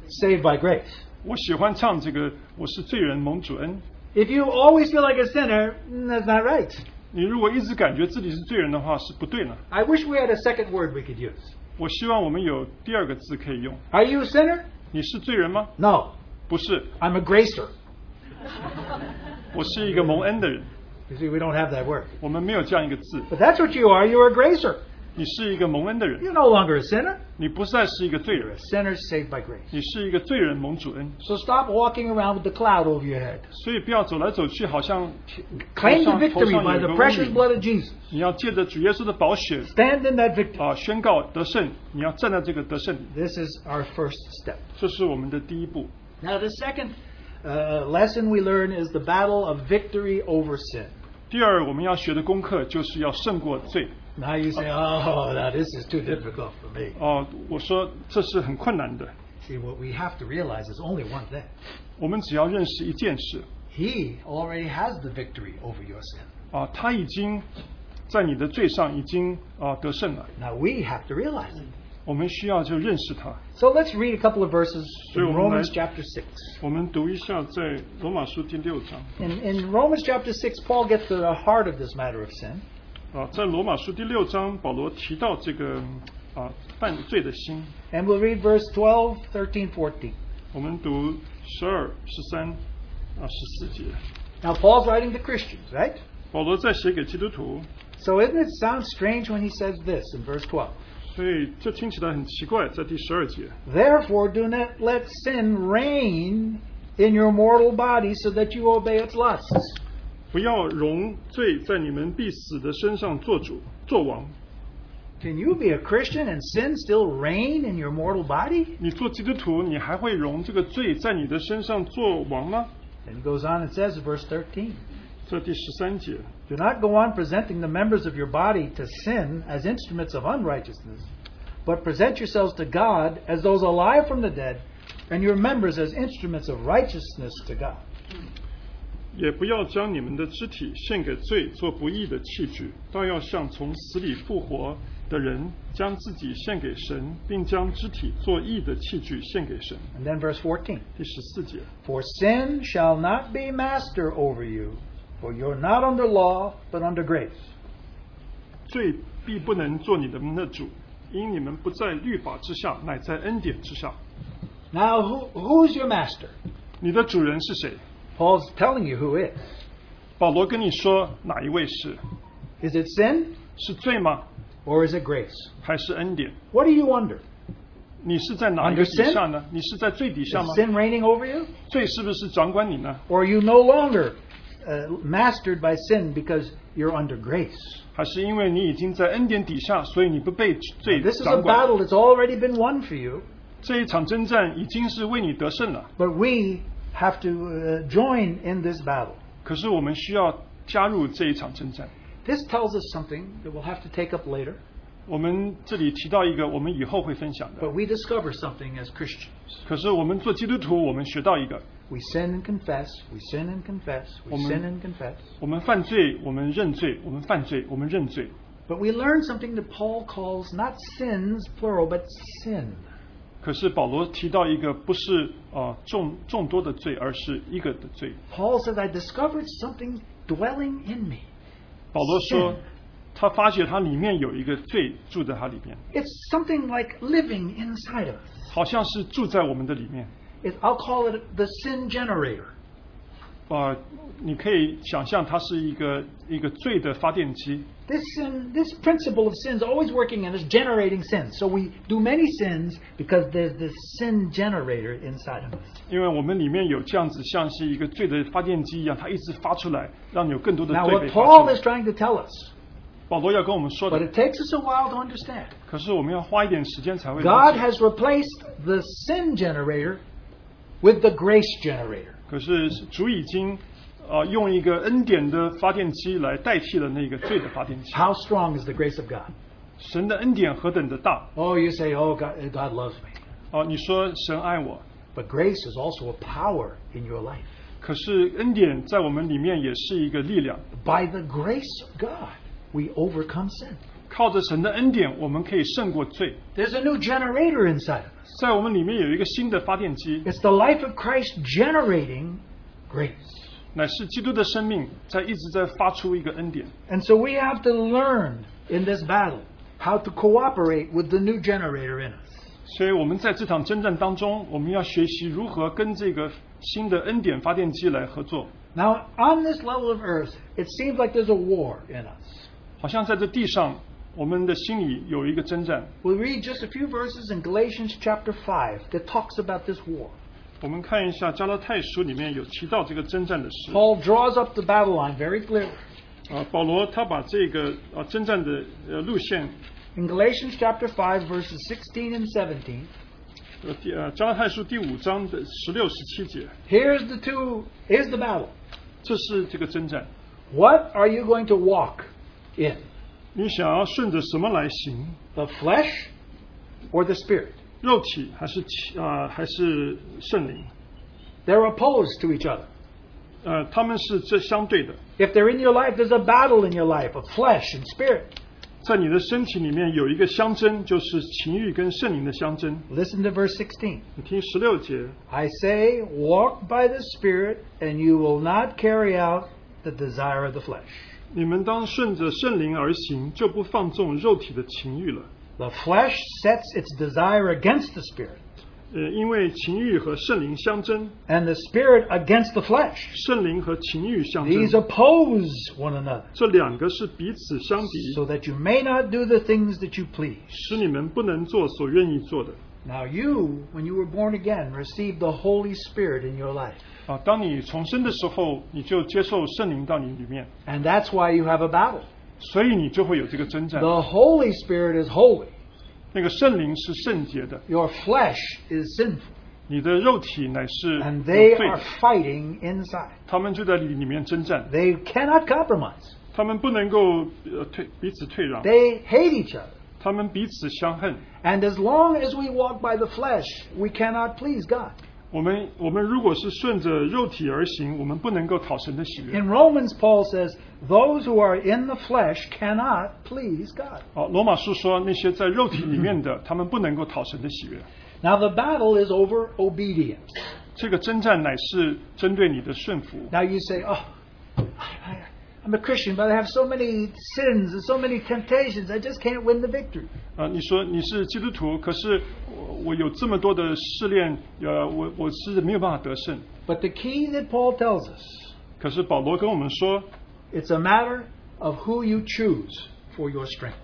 Speaker 2: saved by grace.
Speaker 1: 我喜欢唱这个“我是罪人蒙主恩
Speaker 2: If you always feel like a sinner, mm, that's not right. ”。
Speaker 1: 你如果一直感觉自己是罪人的话，是不对呢。
Speaker 2: I wish we had a second word we could use.
Speaker 1: 我希望我们有第二个字可以用。
Speaker 2: Are you a sinner?
Speaker 1: 你是罪人吗？
Speaker 2: No,
Speaker 1: 不是，
Speaker 2: I'm a gracer.
Speaker 1: 我是一个蒙恩的人。
Speaker 2: You see, we don't have that word.
Speaker 1: 我们没有这样一个字。
Speaker 2: But that's what you are. You're a gracer.
Speaker 1: 你是一个蒙恩的人，
Speaker 2: You're no longer a sinner.
Speaker 1: 你不再是一个罪人
Speaker 2: A，sinner saved by grace.
Speaker 1: 你是一个罪人蒙主恩。
Speaker 2: So stop walking around with the cloud over your head.
Speaker 1: 所以不要走来走去，好像
Speaker 2: Claim the
Speaker 1: Told some- told
Speaker 2: victory
Speaker 1: some
Speaker 2: by
Speaker 1: you
Speaker 2: the
Speaker 1: go
Speaker 2: precious
Speaker 1: in.
Speaker 2: blood of Jesus.
Speaker 1: 你要借着主耶稣的宝血
Speaker 2: Stand in that victory.
Speaker 1: 啊、宣告得胜。你要站在这个得胜里，
Speaker 2: This is our first step.
Speaker 1: 这是我们的第一步。
Speaker 2: Now, the second uh, lesson we learn is the battle of victory over sin.
Speaker 1: 第二，我们要学的功课就是要胜过罪。
Speaker 2: Now you say, oh, now this is too difficult for me.
Speaker 1: 哦、我说这是很困难的。
Speaker 2: See, what we have to realize is only one thing.
Speaker 1: 我们只要认识一件事
Speaker 2: He already has the victory over your sin.
Speaker 1: 啊、他已经在你的罪上已经啊、得胜了。
Speaker 2: Now we have to realize it.
Speaker 1: 我们需要就认识他。
Speaker 2: So let's read a couple of verses
Speaker 1: So
Speaker 2: in
Speaker 1: when
Speaker 2: Romans
Speaker 1: I-
Speaker 2: chapter 6.
Speaker 1: 我们读一下在罗马书第六章
Speaker 2: In, in Romans chapter 6, Paul gets to the heart of this matter of sin.
Speaker 1: 啊，在罗马书第六章，保罗提到这个啊犯罪的心。
Speaker 2: And we'll read verse 12, 13, 14.
Speaker 1: 我们读十二、十三啊十四节。
Speaker 2: Now, Paul's writing to Christians, right?
Speaker 1: 保罗在写给基督徒，
Speaker 2: So, isn't it sound strange when he says this in verse 12?
Speaker 1: 所以这听起来很奇怪，在第十二节。
Speaker 2: Therefore, do not let sin reign in your mortal body so that you obey its lusts.
Speaker 1: 不要容罪在你们必死的身上做主做王。
Speaker 2: Can you be a Christian and sin still reign in your mortal body?
Speaker 1: 你做基督徒，你还会容这个罪在你的身上做王吗？
Speaker 2: And he goes on and says, in verse 13,
Speaker 1: 这第十三节，
Speaker 2: Do not go on presenting the members of your body to sin as instruments of unrighteousness, but present yourselves to God as those alive from the dead, and your members as instruments of righteousness to God.
Speaker 1: 也不要将你们的肢体献给罪做不义的器具，倒要像从死里复活的人，将自己献给神，并将肢体做义的器具献给神。
Speaker 2: And then verse 14.
Speaker 1: 第十四节，
Speaker 2: For sin shall not be master over you, for you're not under law, but under grace.
Speaker 1: 罪必不能做你的那主，因你们不在律法之下，乃在恩典之下。
Speaker 2: Now, who, who's your master?
Speaker 1: 你的主人是谁？
Speaker 2: Paul's telling you who is.
Speaker 1: 保罗跟你说哪一位是？
Speaker 2: Is it sin
Speaker 1: 是罪吗？
Speaker 2: or is it grace?
Speaker 1: 还是恩典？
Speaker 2: What are you under?
Speaker 1: 你是在哪一个
Speaker 2: Under sin？
Speaker 1: 底下呢？你是在最底
Speaker 2: Is
Speaker 1: 下吗？
Speaker 2: sin reigning over you?
Speaker 1: 罪是不是掌管你呢？
Speaker 2: Or are you no longer uh, mastered by sin because you're under grace.
Speaker 1: 还是因为你已经在恩典底下，所以你不被罪
Speaker 2: 啊 This is a
Speaker 1: 掌管。
Speaker 2: battle that's already been won for you,
Speaker 1: 这一场征战已经是为你得胜了，
Speaker 2: but we have to uh, join in this battle.
Speaker 1: 可是我们需要加入这一场征战。
Speaker 2: This tells us something that we'll have to take up later,
Speaker 1: 我们这里提到一个我们以后会分享的，
Speaker 2: but we discover something as Christians.
Speaker 1: 可是我们做基督徒，我们学到一个：
Speaker 2: We sin and confess, we sin and confess, we
Speaker 1: Woman.
Speaker 2: sin and confess.
Speaker 1: 我们犯罪，我们认罪；我们犯罪，我们认罪。
Speaker 2: But we learn something that Paul calls not sins, plural, but sin.
Speaker 1: 可是保罗提到一个不是呃众众多的罪，而是一个的罪。
Speaker 2: Paul says, I discovered something dwelling in me.
Speaker 1: 保罗说
Speaker 2: Sin，
Speaker 1: 他发觉他里面有一个罪住在他里面，
Speaker 2: It's something like living inside of us.
Speaker 1: 好像是住在我们的里面。
Speaker 2: It, I'll call it the sin generator.
Speaker 1: 啊、你可以想象它是一个一个罪的发电机。
Speaker 2: This sin, this principle of sins always working in us, generating sins. So we do many sins because there's this sin generator inside of us.
Speaker 1: 因为我们里面有这样子，像是一个罪的发电机一样，它一直发出来，让你有更多的
Speaker 2: Now,
Speaker 1: 罪被
Speaker 2: what
Speaker 1: 发出
Speaker 2: Paul
Speaker 1: 来
Speaker 2: is trying to tell us,
Speaker 1: 保罗要跟我们说
Speaker 2: but
Speaker 1: 的，
Speaker 2: it takes us a while to understand.
Speaker 1: 可是我们要花一点时间才会了
Speaker 2: God
Speaker 1: 解。
Speaker 2: has replaced the sin generator with the grace generator.
Speaker 1: 可是主已经呃用一个恩典的发电机来代替了那个罪的发电机。
Speaker 2: How strong is the grace of God?
Speaker 1: 神的恩典何等的大
Speaker 2: Oh, you say, oh, God, God loves me.
Speaker 1: 哦、你说神爱我，
Speaker 2: But grace is also a power in your life.
Speaker 1: 可是恩典在我们里面也是一个力量。
Speaker 2: By the grace of God, we overcome sin.
Speaker 1: 靠着神的恩典，我们可以胜过罪。
Speaker 2: There's a new generator inside of us.
Speaker 1: 在我们里面有一个新的发电机，
Speaker 2: It's the life of Christ generating grace.
Speaker 1: 乃是基督的生命在一直在发出一个恩典。
Speaker 2: And so we have to learn in this battle how to cooperate with the new generator in us.
Speaker 1: 所以我们在这场征战当中，我们要学习如何跟这个新的恩典发电机来合作。
Speaker 2: Now, on this level of earth, it seems like there's a war in us.
Speaker 1: 好像在这地上，我们的心里有一个征战。
Speaker 2: We'll read just a few verses in Galatians chapter 5 that talks about this war.
Speaker 1: 我们看一下加拉太书里面有提到这个征战的事。
Speaker 2: Paul draws up the battle line very clearly.
Speaker 1: 啊，保罗他把这个啊征战的呃路线，
Speaker 2: In Galatians chapter 5, verses 16 and 17,
Speaker 1: 呃第呃加拉太书第五章的十六十七节，
Speaker 2: here's the two, here's the battle.
Speaker 1: 这是这个征战。
Speaker 2: What are you going to walk in?
Speaker 1: 你想要顺着什么来行？
Speaker 2: The flesh or the spirit?
Speaker 1: 肉体还是体啊、还是圣灵？
Speaker 2: They're opposed to each other.
Speaker 1: 呃，他们是这相对的，
Speaker 2: If they're in your life, there's a battle in your life of flesh and spirit.
Speaker 1: 在你的身体里面有一个相争，就是情欲跟圣灵的相争。
Speaker 2: Listen to verse 16.
Speaker 1: 你听十六节，
Speaker 2: I say, walk by the Spirit, and you will not carry out the desire of the flesh.
Speaker 1: 你们当顺着圣灵而行，就不放纵肉体的情欲了。
Speaker 2: The flesh sets its desire against the Spirit,
Speaker 1: 呃，因为情欲和圣灵相争，
Speaker 2: and the Spirit against the flesh.
Speaker 1: 圣灵和情欲相
Speaker 2: These
Speaker 1: 争，
Speaker 2: oppose one another,
Speaker 1: 这两个是彼此相敌，
Speaker 2: so that you may not do the things that you please.
Speaker 1: 使你们不能做所愿意做的。
Speaker 2: Now, you, when you were born again, received the Holy Spirit in your life,
Speaker 1: 啊，当你重生的时候，你就接受圣灵到你里面，
Speaker 2: and that's why you have a battle.
Speaker 1: 所以你就会有这个征战。
Speaker 2: The Holy Spirit is holy,
Speaker 1: 那个圣灵是圣洁的，
Speaker 2: your flesh is sinful,
Speaker 1: 你的肉体乃是
Speaker 2: and
Speaker 1: 有
Speaker 2: they
Speaker 1: 罪的
Speaker 2: are fighting inside.
Speaker 1: 他们就在里面征战，
Speaker 2: They cannot compromise.
Speaker 1: 他们不能够呃退彼此退让，
Speaker 2: They hate each other.
Speaker 1: 他们彼此相恨。
Speaker 2: And as long as we walk by the flesh, we cannot please God.
Speaker 1: 我们我们如果是顺着肉体而行，我们不能够讨神的喜悦。
Speaker 2: In Romans, Paul says, Those who are in the flesh cannot please God.
Speaker 1: 哦，罗马书说那些在肉体里面的，他们不能够讨神的喜悦。
Speaker 2: Now, the battle is over obedience.
Speaker 1: 这个征战乃是针对你的顺服。
Speaker 2: Now, you say, Oh, I, am a Christian, but I have so many sins and so many temptations, I just can't win the victory.
Speaker 1: 啊、你说你是基督徒，可是我我有这么多的试炼，呃，我我是没有办法得胜。
Speaker 2: But the key that Paul tells us
Speaker 1: 可是保罗跟我们说，
Speaker 2: it's a matter of who you choose for your strength.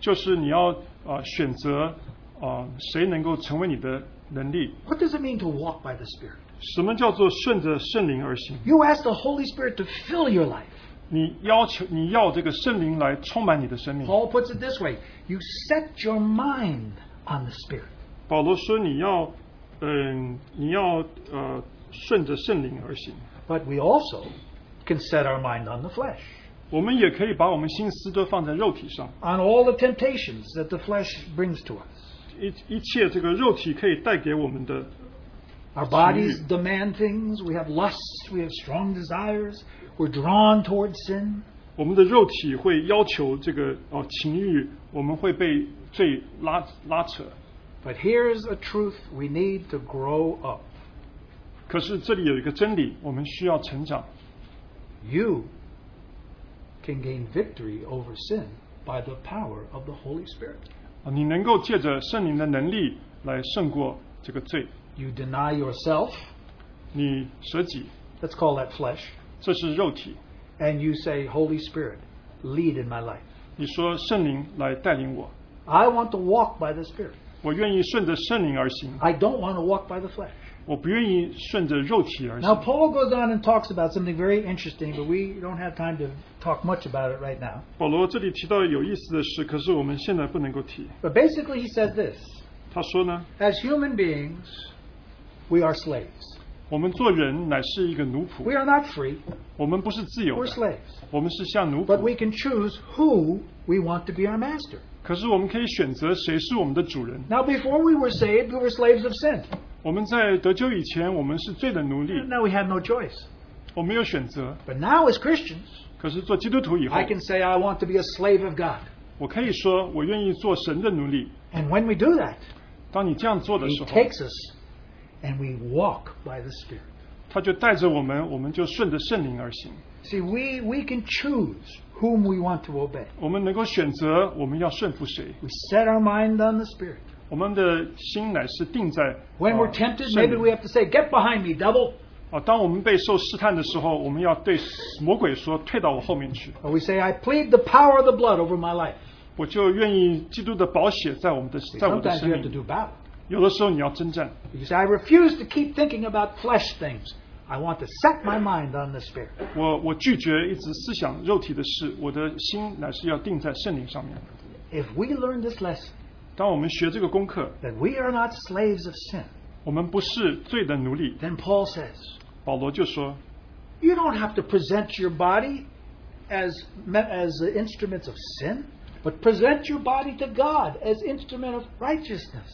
Speaker 1: 就是你要啊选择啊谁能够成为你的能力。
Speaker 2: What does it mean to walk by the Spirit?
Speaker 1: 什么叫做顺着圣灵而行？
Speaker 2: You ask the Holy Spirit to fill your life.
Speaker 1: 你要求你要这个圣灵来充满你的生命。
Speaker 2: Paul puts it this way you set your mind on the Spirit.
Speaker 1: 保罗说你要，嗯、你要呃顺着圣灵而行。
Speaker 2: But we also can set our mind on the flesh,
Speaker 1: 我们也可以把我们心思都放在肉体上，
Speaker 2: on all the temptations that the flesh brings to us.
Speaker 1: 一一切这个肉体可以带给我们的
Speaker 2: Our bodies demand things, we have lusts, we have strong desires, we're drawn towards sin.
Speaker 1: 我们的肉体会要求这个哦情欲，我们会被罪拉拉扯。
Speaker 2: But here's a truth we need to grow up.
Speaker 1: 可是这里有一个真理，我们需要成长。
Speaker 2: You can gain victory over sin by the power of the Holy Spirit.
Speaker 1: 啊你能够借着圣灵的能力来胜过这个罪。
Speaker 2: You deny yourself,
Speaker 1: 你舍己，
Speaker 2: let's call that flesh,
Speaker 1: 这是肉体。
Speaker 2: and you say, Holy Spirit, lead in my life.
Speaker 1: 你说圣灵来带领我，
Speaker 2: I want to walk by the Spirit.
Speaker 1: 我愿意顺着圣灵而行，
Speaker 2: I don't want to walk by the flesh.
Speaker 1: 我不愿意顺着肉体而
Speaker 2: Now,
Speaker 1: 行。
Speaker 2: Paul goes on and talks about something very interesting, but we don't have time to talk much about it right now.
Speaker 1: 保罗这里提到有意思的事，可是我们现在不能够提。
Speaker 2: But basically, he says this
Speaker 1: 他说呢，
Speaker 2: As human beings, we are slaves.
Speaker 1: 我们做人乃是一个奴仆
Speaker 2: We，are not free,
Speaker 1: 我们不是自由
Speaker 2: we're
Speaker 1: 的，
Speaker 2: slaves.
Speaker 1: 我们是像奴
Speaker 2: But
Speaker 1: 仆。
Speaker 2: we can choose who we want to be our master.
Speaker 1: 可是我们可以选择谁是我们的主人。
Speaker 2: Now, before we were saved, we were slaves of sin.
Speaker 1: 我们在得救以前，我们是罪的奴隶，
Speaker 2: Now we had no choice.
Speaker 1: 我们有选择。
Speaker 2: But now, as Christians,
Speaker 1: 可是做基督徒以后
Speaker 2: I，can say, I want to be a slave of God.
Speaker 1: 我可以说我愿意做神的奴隶。
Speaker 2: And when we do that,
Speaker 1: 当你这样做的时候，
Speaker 2: He takes us and we walk by the Spirit.
Speaker 1: 他就带着我们，我们就顺着圣灵而行。
Speaker 2: See, we, we can choose whom we want to obey.
Speaker 1: 我们能够选择我们要顺服谁，
Speaker 2: We set our mind on the Spirit.
Speaker 1: 我们的心乃是定在。
Speaker 2: When
Speaker 1: 呃
Speaker 2: we're tempted,
Speaker 1: 圣
Speaker 2: maybe
Speaker 1: 灵
Speaker 2: we have to say, Get behind me, devil.
Speaker 1: 啊，当我们被受试探的时候，我们要对魔鬼说：“退到我后面去，
Speaker 2: Or we say, I plead the power of the blood over my life.
Speaker 1: 我就愿意基督的宝血在我们的在我的
Speaker 2: Sometimes
Speaker 1: 生
Speaker 2: you have to
Speaker 1: 命。
Speaker 2: do battle. ”
Speaker 1: 有的时候你要征战，
Speaker 2: You say, I refuse to keep thinking about flesh things. I want to set my mind on the Spirit.
Speaker 1: 我我拒绝一直思想肉体的事，我的心乃是要定在圣灵上面。
Speaker 2: If we learn this lesson,
Speaker 1: 当我们学这个功课，
Speaker 2: that we are not slaves of sin,
Speaker 1: 我们不是罪的奴隶。
Speaker 2: then Paul says,
Speaker 1: 保罗就说
Speaker 2: You don't have to present your body as, me- as the instruments of sin, but present your body to God as instrument of righteousness.：“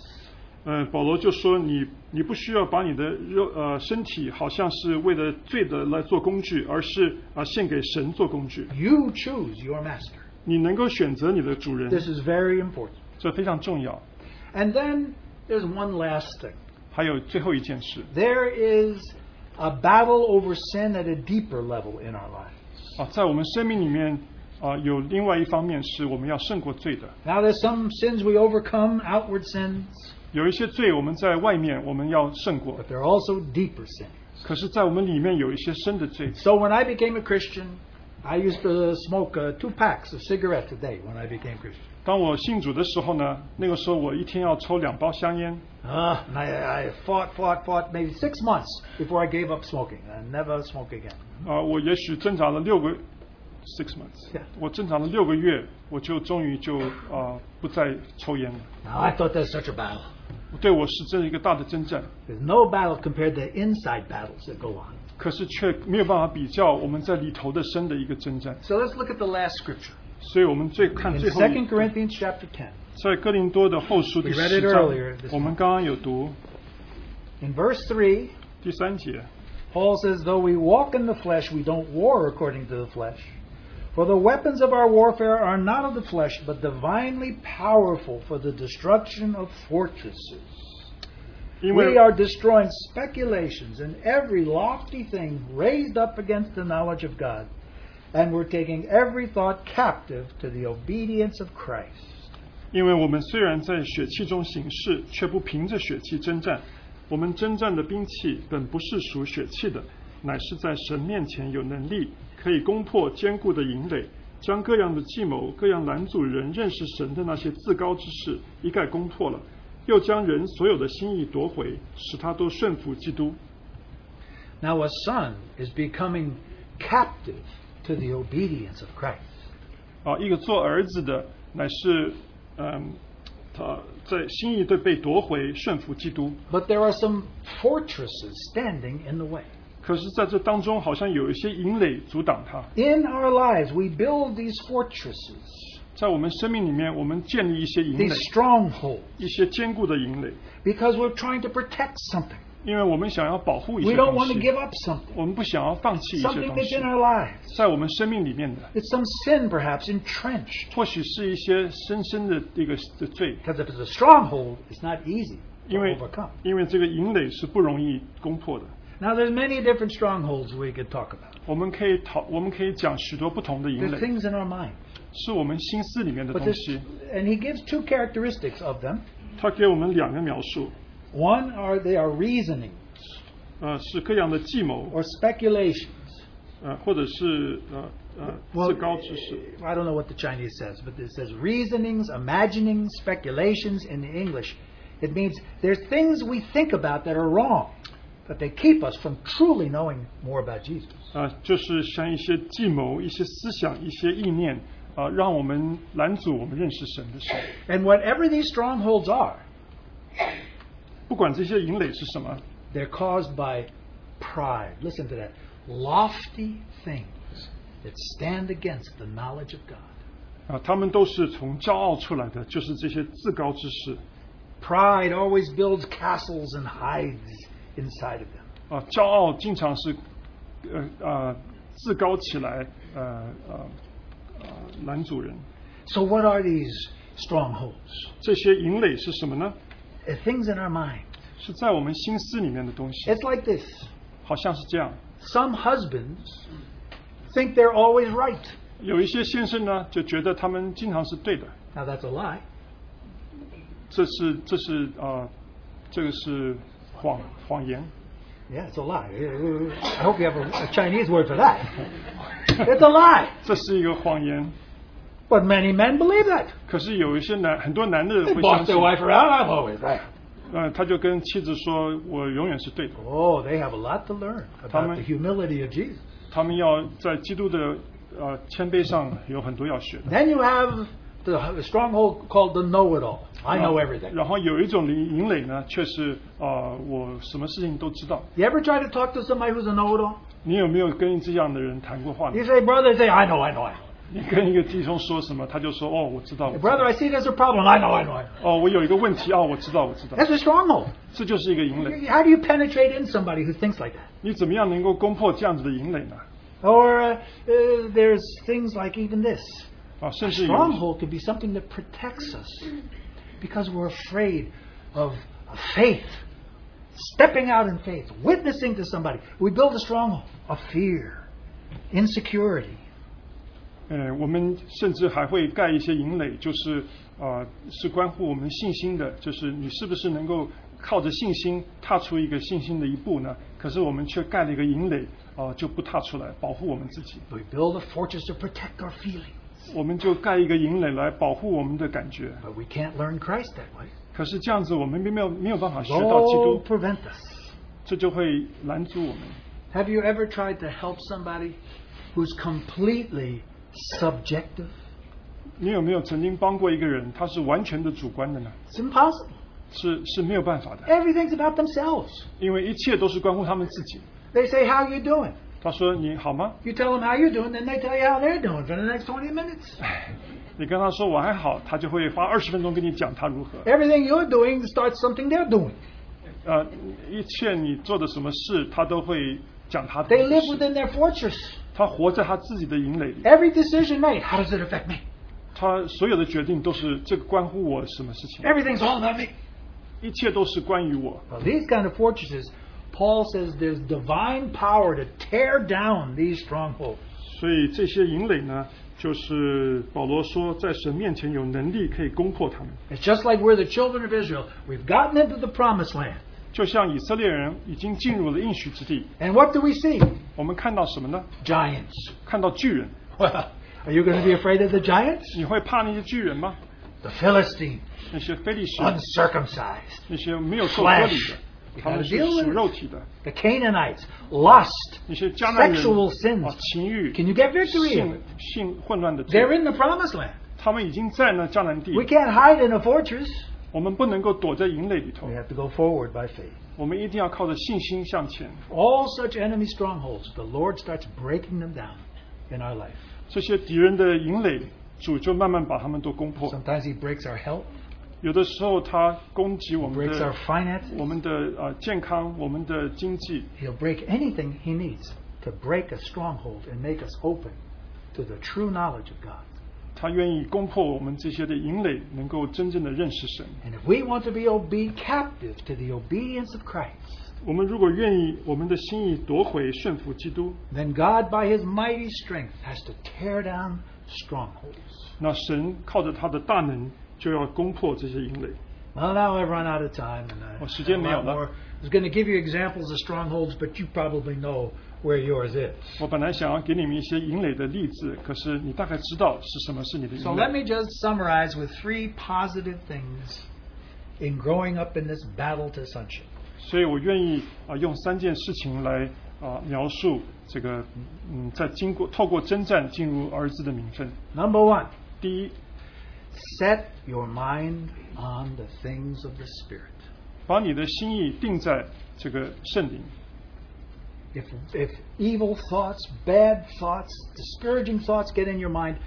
Speaker 1: 呃，保罗就说你你不需要把你的肉呃身体好像是为了罪的来做工具，而是啊、献给神做工具。
Speaker 2: You choose your master.
Speaker 1: 你能够选择你的主人，
Speaker 2: This is very important.
Speaker 1: 这非常重要。”
Speaker 2: And then there's one last thing
Speaker 1: 还有最后一件事
Speaker 2: there is a battle over sin at a deeper level in our lives.
Speaker 1: 啊，在我们生命里面啊，有另外一方面是我们要胜过罪的。
Speaker 2: Now, there's some sins we overcome, outward sins,
Speaker 1: 有一些罪我们在外面我们要胜过
Speaker 2: but，there are also deeper sins.
Speaker 1: 可是，在我们里面有一些深的罪。
Speaker 2: So, when I became a Christian, I used to smoke uh, two packs of cigarettes a day when I became Christian.
Speaker 1: 当我信主的时候呢，那个时候我一天要抽两包香烟，
Speaker 2: Uh, and I, I fought, fought, fought maybe six months before I gave up smoking. I never smoke again.
Speaker 1: 啊，我也许挣扎了六个 six months，
Speaker 2: Yeah.
Speaker 1: 我挣扎了六个月，我就终于就啊不再抽烟了。
Speaker 2: Now, I thought that was such a battle.
Speaker 1: 对我是这一个大的征战，
Speaker 2: There's no battle compared to inside battles that go on.
Speaker 1: 可是却没有办法比较我们在里头的深的一个征战。
Speaker 2: So let's look at the last scripture.
Speaker 1: 所以我们最看
Speaker 2: In
Speaker 1: 最后一
Speaker 2: 2 Corinthians chapter 10,
Speaker 1: 在哥林多的后书第
Speaker 2: We read
Speaker 1: 十
Speaker 2: it
Speaker 1: 章
Speaker 2: earlier this，
Speaker 1: 我们刚刚有读
Speaker 2: in verse 3,
Speaker 1: 第三节。
Speaker 2: Paul says, Though we walk in the flesh, we don't war according to the flesh. For the weapons of our warfare are not of the flesh, but divinely powerful for the destruction of fortresses.
Speaker 1: 因
Speaker 2: We
Speaker 1: 为
Speaker 2: are destroying speculations and every lofty thing raised up against the knowledge of God, and we're taking every thought captive to the obedience of Christ.
Speaker 1: 因为我们虽然在血气中行事，却不凭着血气征战。我们征战的兵器本不是属血气的，乃是在神面前有能力，可以攻破坚固的营垒，将各样的计谋、各样拦阻人认识神的那些自高之事一概攻破了，又将人所有的心意夺回，使他都顺服基督。
Speaker 2: Now a son is becoming captive to the obedience of Christ.
Speaker 1: 啊，一个做儿子的乃是，嗯，他在心意对被夺回，顺服基督。
Speaker 2: But there are some fortresses standing in the way.
Speaker 1: 可是，在这当中，好像有一些引垒阻挡他。
Speaker 2: In our lives, we build these fortresses,
Speaker 1: 在我们生命里面，我们建立一些引垒
Speaker 2: these，strongholds,
Speaker 1: 一些坚固的引垒，
Speaker 2: because we're trying to protect something.
Speaker 1: 因为我们想要保护一
Speaker 2: We
Speaker 1: 些
Speaker 2: don't
Speaker 1: 东
Speaker 2: want to
Speaker 1: 西
Speaker 2: give，up something,
Speaker 1: 我们不想要放弃一些
Speaker 2: something
Speaker 1: 东
Speaker 2: that's
Speaker 1: 西
Speaker 2: in，our lives.
Speaker 1: 在我们生命里面的，
Speaker 2: It's some sin, perhaps, entrenched.
Speaker 1: 或许是一些深深的一个的罪，
Speaker 2: Because if it's a stronghold, it's not easy to
Speaker 1: 因为
Speaker 2: overcome.
Speaker 1: 因为这个引垒是不容易攻破的。
Speaker 2: Now, there's many different strongholds we could talk about.
Speaker 1: 我们可以讨，我们可以讲许多不同的引
Speaker 2: There's
Speaker 1: 垒，
Speaker 2: things in our mind.
Speaker 1: 是我们心思里面的
Speaker 2: But
Speaker 1: 东
Speaker 2: this,
Speaker 1: 西。
Speaker 2: and he gives two characteristics of them.
Speaker 1: 他给我们两个描述，
Speaker 2: One are they are reasoning
Speaker 1: 呃，是各样的计谋，
Speaker 2: or speculations.
Speaker 1: 呃，或者是呃呃
Speaker 2: Well,
Speaker 1: 至高之事。
Speaker 2: I don't know what the Chinese says, but it says reasonings, imaginings, speculations in the English. It means there's things we think about that are wrong, but they keep us from truly knowing more about Jesus.
Speaker 1: 啊，就是像一些计谋、一些思想、一些意念啊，让我们拦阻我们认识神的事。
Speaker 2: And whatever these strongholds are,
Speaker 1: 不管这些引垒是什么，
Speaker 2: They're caused by pride. Listen to that. Lofty things that stand against the knowledge of God.
Speaker 1: 啊，他们都是从骄傲出来的，就是这些至高之事
Speaker 2: Pride always builds castles and hides inside of them.
Speaker 1: 啊。骄傲经常是，呃啊，自高起来，呃呃呃，拦阻人。
Speaker 2: So, what are these strongholds?
Speaker 1: 这些引垒是什么呢？
Speaker 2: They're things in our mind.
Speaker 1: 是在我们心思里面的东西，
Speaker 2: It's like this
Speaker 1: 好像是这样。
Speaker 2: some husbands think they're always right.
Speaker 1: 有一些先生呢，就觉得他们经常是对的，
Speaker 2: Now, that's a lie.
Speaker 1: 这是这是啊、呃这个是谎谎言。
Speaker 2: Yeah, it's a lie. I hope you have a, a Chinese word for that. It's a lie.
Speaker 1: 这是一个谎言。
Speaker 2: But many men believe that.
Speaker 1: 可是有一些男，很多男的
Speaker 2: They
Speaker 1: 会相
Speaker 2: boss their
Speaker 1: 信，
Speaker 2: wife around. I'm always right.
Speaker 1: 呃，他就跟妻子说：“我永远是对的。
Speaker 2: Oh, they have a lot to learn about
Speaker 1: Amen.
Speaker 2: the humility of Jesus. ”
Speaker 1: 他们要在基督的呃谦卑上有很多要学的。
Speaker 2: Then you have the the stronghold called the know-it-all. I know
Speaker 1: 然
Speaker 2: everything.
Speaker 1: 然后有一种引引垒呢，却是啊、呃我什么事情都知道。
Speaker 2: You ever try to talk to somebody who's a know-it-all?
Speaker 1: 你有没有跟这样的人谈过话呢
Speaker 2: You say, brother, they say, I know, I know, I know.
Speaker 1: 你跟一个弟兄说什么，他就说：“哦，我知道。我知道
Speaker 2: Brother, I see there's a problem. I know, I know, I know.
Speaker 1: 哦，我有一个问题啊、哦，我知道，我知道，
Speaker 2: That's a stronghold.
Speaker 1: 这就是一个引垒。
Speaker 2: How do you penetrate in somebody who thinks like that?
Speaker 1: 你怎么样能够攻破这样子的引垒呢？
Speaker 2: Or uh, uh, there's things like even this.
Speaker 1: 啊，甚至有
Speaker 2: Stronghold could be something that protects us because we're afraid of of faith, stepping out in faith, witnessing to somebody. We build a stronghold of fear, insecurity.
Speaker 1: 呃，我们甚至还会盖一些引垒，就是啊、呃是关乎我们信心的，就是你是不是能够靠着信心踏出一个信心的一步呢？可是我们却盖了一个引垒，啊、就不踏出来，保护我们自己。
Speaker 2: We build a fortress to protect our feelings,
Speaker 1: 我们就盖一个引垒来保护我们的感觉。
Speaker 2: but we can't learn Christ that way.
Speaker 1: 可是这样子，我们并没有没有办法学到基
Speaker 2: Lord,
Speaker 1: 督，
Speaker 2: prevent us.
Speaker 1: 这就会拦阻我们。
Speaker 2: Have you ever tried to help somebody who's completely subjective?
Speaker 1: 你有没有曾经帮过一个人，他是完全的主观的呢？
Speaker 2: It's impossible.
Speaker 1: 是是没有办法的，
Speaker 2: Everything's about themselves.
Speaker 1: 因为一切都是关乎他们自己。
Speaker 2: They say, "How you doing?"
Speaker 1: 他说：“你好吗
Speaker 2: You tell them how you're doing, then they tell you how they're doing for the next 20 minutes.？”
Speaker 1: 你跟他说“我还好”，他就会花二十分钟跟你讲他如何。
Speaker 2: Everything you're doing starts something they're doing.
Speaker 1: 呃，一切你做的什么事，他都会讲他的
Speaker 2: They live
Speaker 1: 事
Speaker 2: within their fortress.
Speaker 1: 他活在他自己的营垒里，
Speaker 2: Every decision made, how does it affect me?
Speaker 1: 他所有的决定都是这个关乎我什么事情，
Speaker 2: Everything's all about me.
Speaker 1: 一切都是关于我。
Speaker 2: Well, these kind of fortresses, Paul says there's divine power to tear down these strongholds.
Speaker 1: 所以这些营垒呢，就是保罗说，在神面前有能力可以攻破他们。
Speaker 2: It's just like we're the children of Israel. We've gotten into the promised land.
Speaker 1: 就像以色列人已经进入了应许之地，
Speaker 2: And what do we see?
Speaker 1: 我们看到什么呢？
Speaker 2: Giants.
Speaker 1: 看到巨人，
Speaker 2: Well, are you going to be afraid of the giants?
Speaker 1: 你会怕那些巨人吗？
Speaker 2: The Philistine,
Speaker 1: 那些非利士人，
Speaker 2: 啊 uncircumcised,
Speaker 1: 那些没有受割礼
Speaker 2: Flesh
Speaker 1: 的
Speaker 2: We
Speaker 1: 他
Speaker 2: gotta
Speaker 1: 们是
Speaker 2: deal
Speaker 1: 属
Speaker 2: with
Speaker 1: 肉
Speaker 2: it.
Speaker 1: 体的，
Speaker 2: The Canaanites, lust,
Speaker 1: 那些迦南人
Speaker 2: sexual sins.
Speaker 1: 啊，情欲、
Speaker 2: Can you get victory? in
Speaker 1: 性
Speaker 2: it?
Speaker 1: 性混乱的
Speaker 2: They're
Speaker 1: 罪，
Speaker 2: in the promised land.
Speaker 1: 他们已经在那迦南地，
Speaker 2: We can't hide in a fortress.
Speaker 1: 我们不能够躲在营垒里头
Speaker 2: We，have to go forward by faith.
Speaker 1: 我们一定要靠着信心向前。
Speaker 2: All such enemy strongholds, the Lord starts breaking them down in our life.
Speaker 1: 这些敌人的营垒，主就慢慢把他们都攻破。
Speaker 2: Sometimes He breaks our health,
Speaker 1: 有的时候他攻击我们
Speaker 2: breaks our
Speaker 1: 的
Speaker 2: finances.
Speaker 1: 我们的呃健康，我们的经济，
Speaker 2: He'll break anything He needs to break a stronghold and make us open to the true knowledge of God.
Speaker 1: 他愿意攻破我们这些的营垒，能够真正的认识神。
Speaker 2: And if we want to be obe- captive to the obedience of Christ,
Speaker 1: 我们如果愿意，我们的心意夺回顺服基督，
Speaker 2: then God, by His mighty strength, has to tear down strongholds.
Speaker 1: 那神靠着他的大能就要攻破这些营垒。
Speaker 2: Well, now I've run out of time, and I,
Speaker 1: 我时间没有了。
Speaker 2: more. I was going to give you examples of strongholds, but you probably know where yours is.
Speaker 1: 我本来想要给你们一些营垒的例子，可是你大概知道是什么是你的
Speaker 2: So
Speaker 1: 营
Speaker 2: let
Speaker 1: 垒。
Speaker 2: me just summarize with three positive things in growing up in this battle to sonship.
Speaker 1: 所以我愿意啊、用三件事情来啊、描述这个嗯，在经过透过征战进入儿子的名分。
Speaker 2: Number one,
Speaker 1: 第一，
Speaker 2: set your mind on the things of the Spirit.
Speaker 1: 把你的心意定在这个圣灵。
Speaker 2: If, if evil thoughts, bad thoughts, discouraging thoughts get in your mind,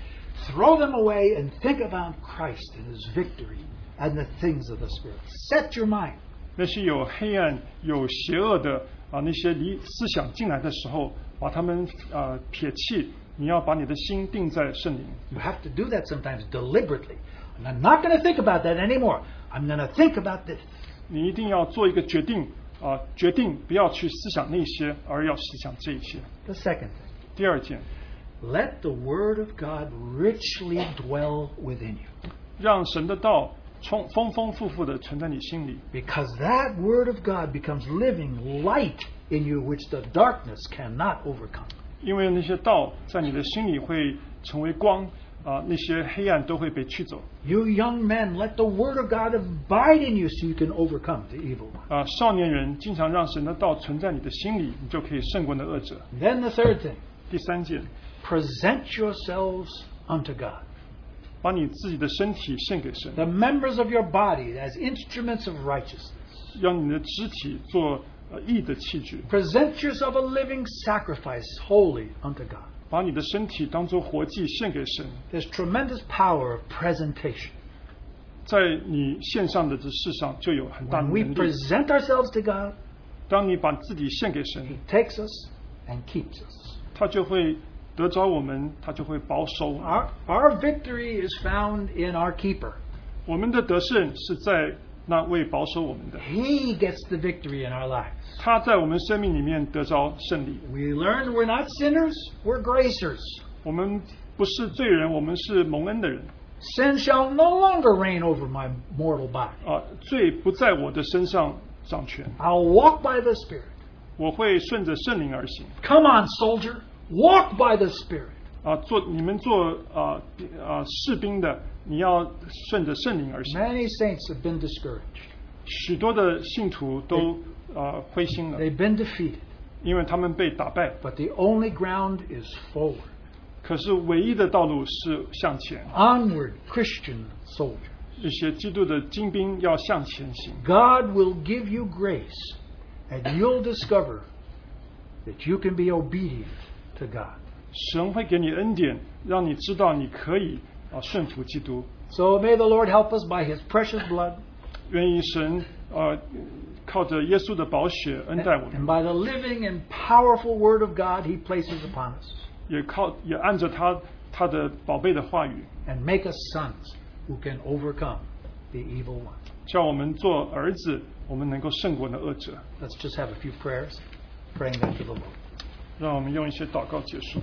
Speaker 2: throw them away and think about Christ and his victory and the things of the Spirit. Set your mind.
Speaker 1: 那些有黑暗、有邪恶的啊那些离思想进来的时候，把他们啊、撇弃。你要把你的心定在圣灵。
Speaker 2: You have to do that sometimes deliberately. And I'm not going to think about that anymore. I'm going to think about this.
Speaker 1: 你一定要做一个决定啊、决定不要去思想那些，而要思想这一些。
Speaker 2: The second thing.
Speaker 1: 第二件，
Speaker 2: Let the Word of God richly dwell within you.
Speaker 1: 让神的道充丰丰富富的存在你心里，
Speaker 2: Because that Word of God becomes living light in you, which the darkness cannot overcome.
Speaker 1: 因为那些道在你的心里会成为光啊、那些黑暗都会被驱走
Speaker 2: You young men, let the Word of God abide in you so you can overcome the evil one.
Speaker 1: 啊、少年人经常让神的道存在你的心里，你就可以胜过那恶者。
Speaker 2: Then the third thing
Speaker 1: 第三件，
Speaker 2: present yourselves unto God.
Speaker 1: 把你自己的身体献给神，
Speaker 2: The members of your body as instruments of righteousness.
Speaker 1: 让你的肢体做呃义的器具，
Speaker 2: Present yourself a living sacrifice holy unto God.
Speaker 1: 把你的身体当做活祭献给神。
Speaker 2: There's tremendous power of presentation.
Speaker 1: 在你线上的这世上就有很大的
Speaker 2: When we
Speaker 1: 能力。
Speaker 2: present ourselves to God,
Speaker 1: 当你把自己献给神，
Speaker 2: He takes us and keeps us.
Speaker 1: 他就会得着我们，他就会保守我们。
Speaker 2: Our, our victory is found in our keeper.
Speaker 1: 我们的得胜是在那位保守我们的，
Speaker 2: He gets the victory in our lives.
Speaker 1: 他在我们生命里面得着胜利。
Speaker 2: We learn we're not sinners, we're gracers.
Speaker 1: 我们不是罪人，我们是蒙恩的人
Speaker 2: Sin shall no longer reign over my mortal body.
Speaker 1: 啊、罪不在我的身上掌权，
Speaker 2: I'll walk by the Spirit.
Speaker 1: 我会顺着圣灵而行
Speaker 2: Come on, soldier, walk by the Spirit.
Speaker 1: 啊、做你们做啊啊、士兵的，你要顺着圣灵而行。
Speaker 2: Many saints have been discouraged,
Speaker 1: 许多的信徒都啊灰心了，
Speaker 2: they've been defeated,
Speaker 1: 因为他们被打败。
Speaker 2: but the only ground is forward.
Speaker 1: 可是唯一的道路是向前，
Speaker 2: Onward, Christian soldier.
Speaker 1: 这些基督的精兵要向前行。
Speaker 2: God will give you grace, and you'll discover that you can be obedient to God.
Speaker 1: 神会给你恩典，让你知道你可以啊顺服基督。
Speaker 2: So may the Lord help us by His precious blood
Speaker 1: 愿意神呃靠着耶稣的宝血恩待我们，
Speaker 2: and by the living and powerful Word of God He places upon us,
Speaker 1: 也靠也按着他他的宝贝的话语，
Speaker 2: and make us sons who can overcome the evil one.
Speaker 1: 叫我们做儿子，我们能够胜过那恶者。
Speaker 2: Let's just have a few prayers, praying that to the Lord.
Speaker 1: 让我们用一些祷告结束。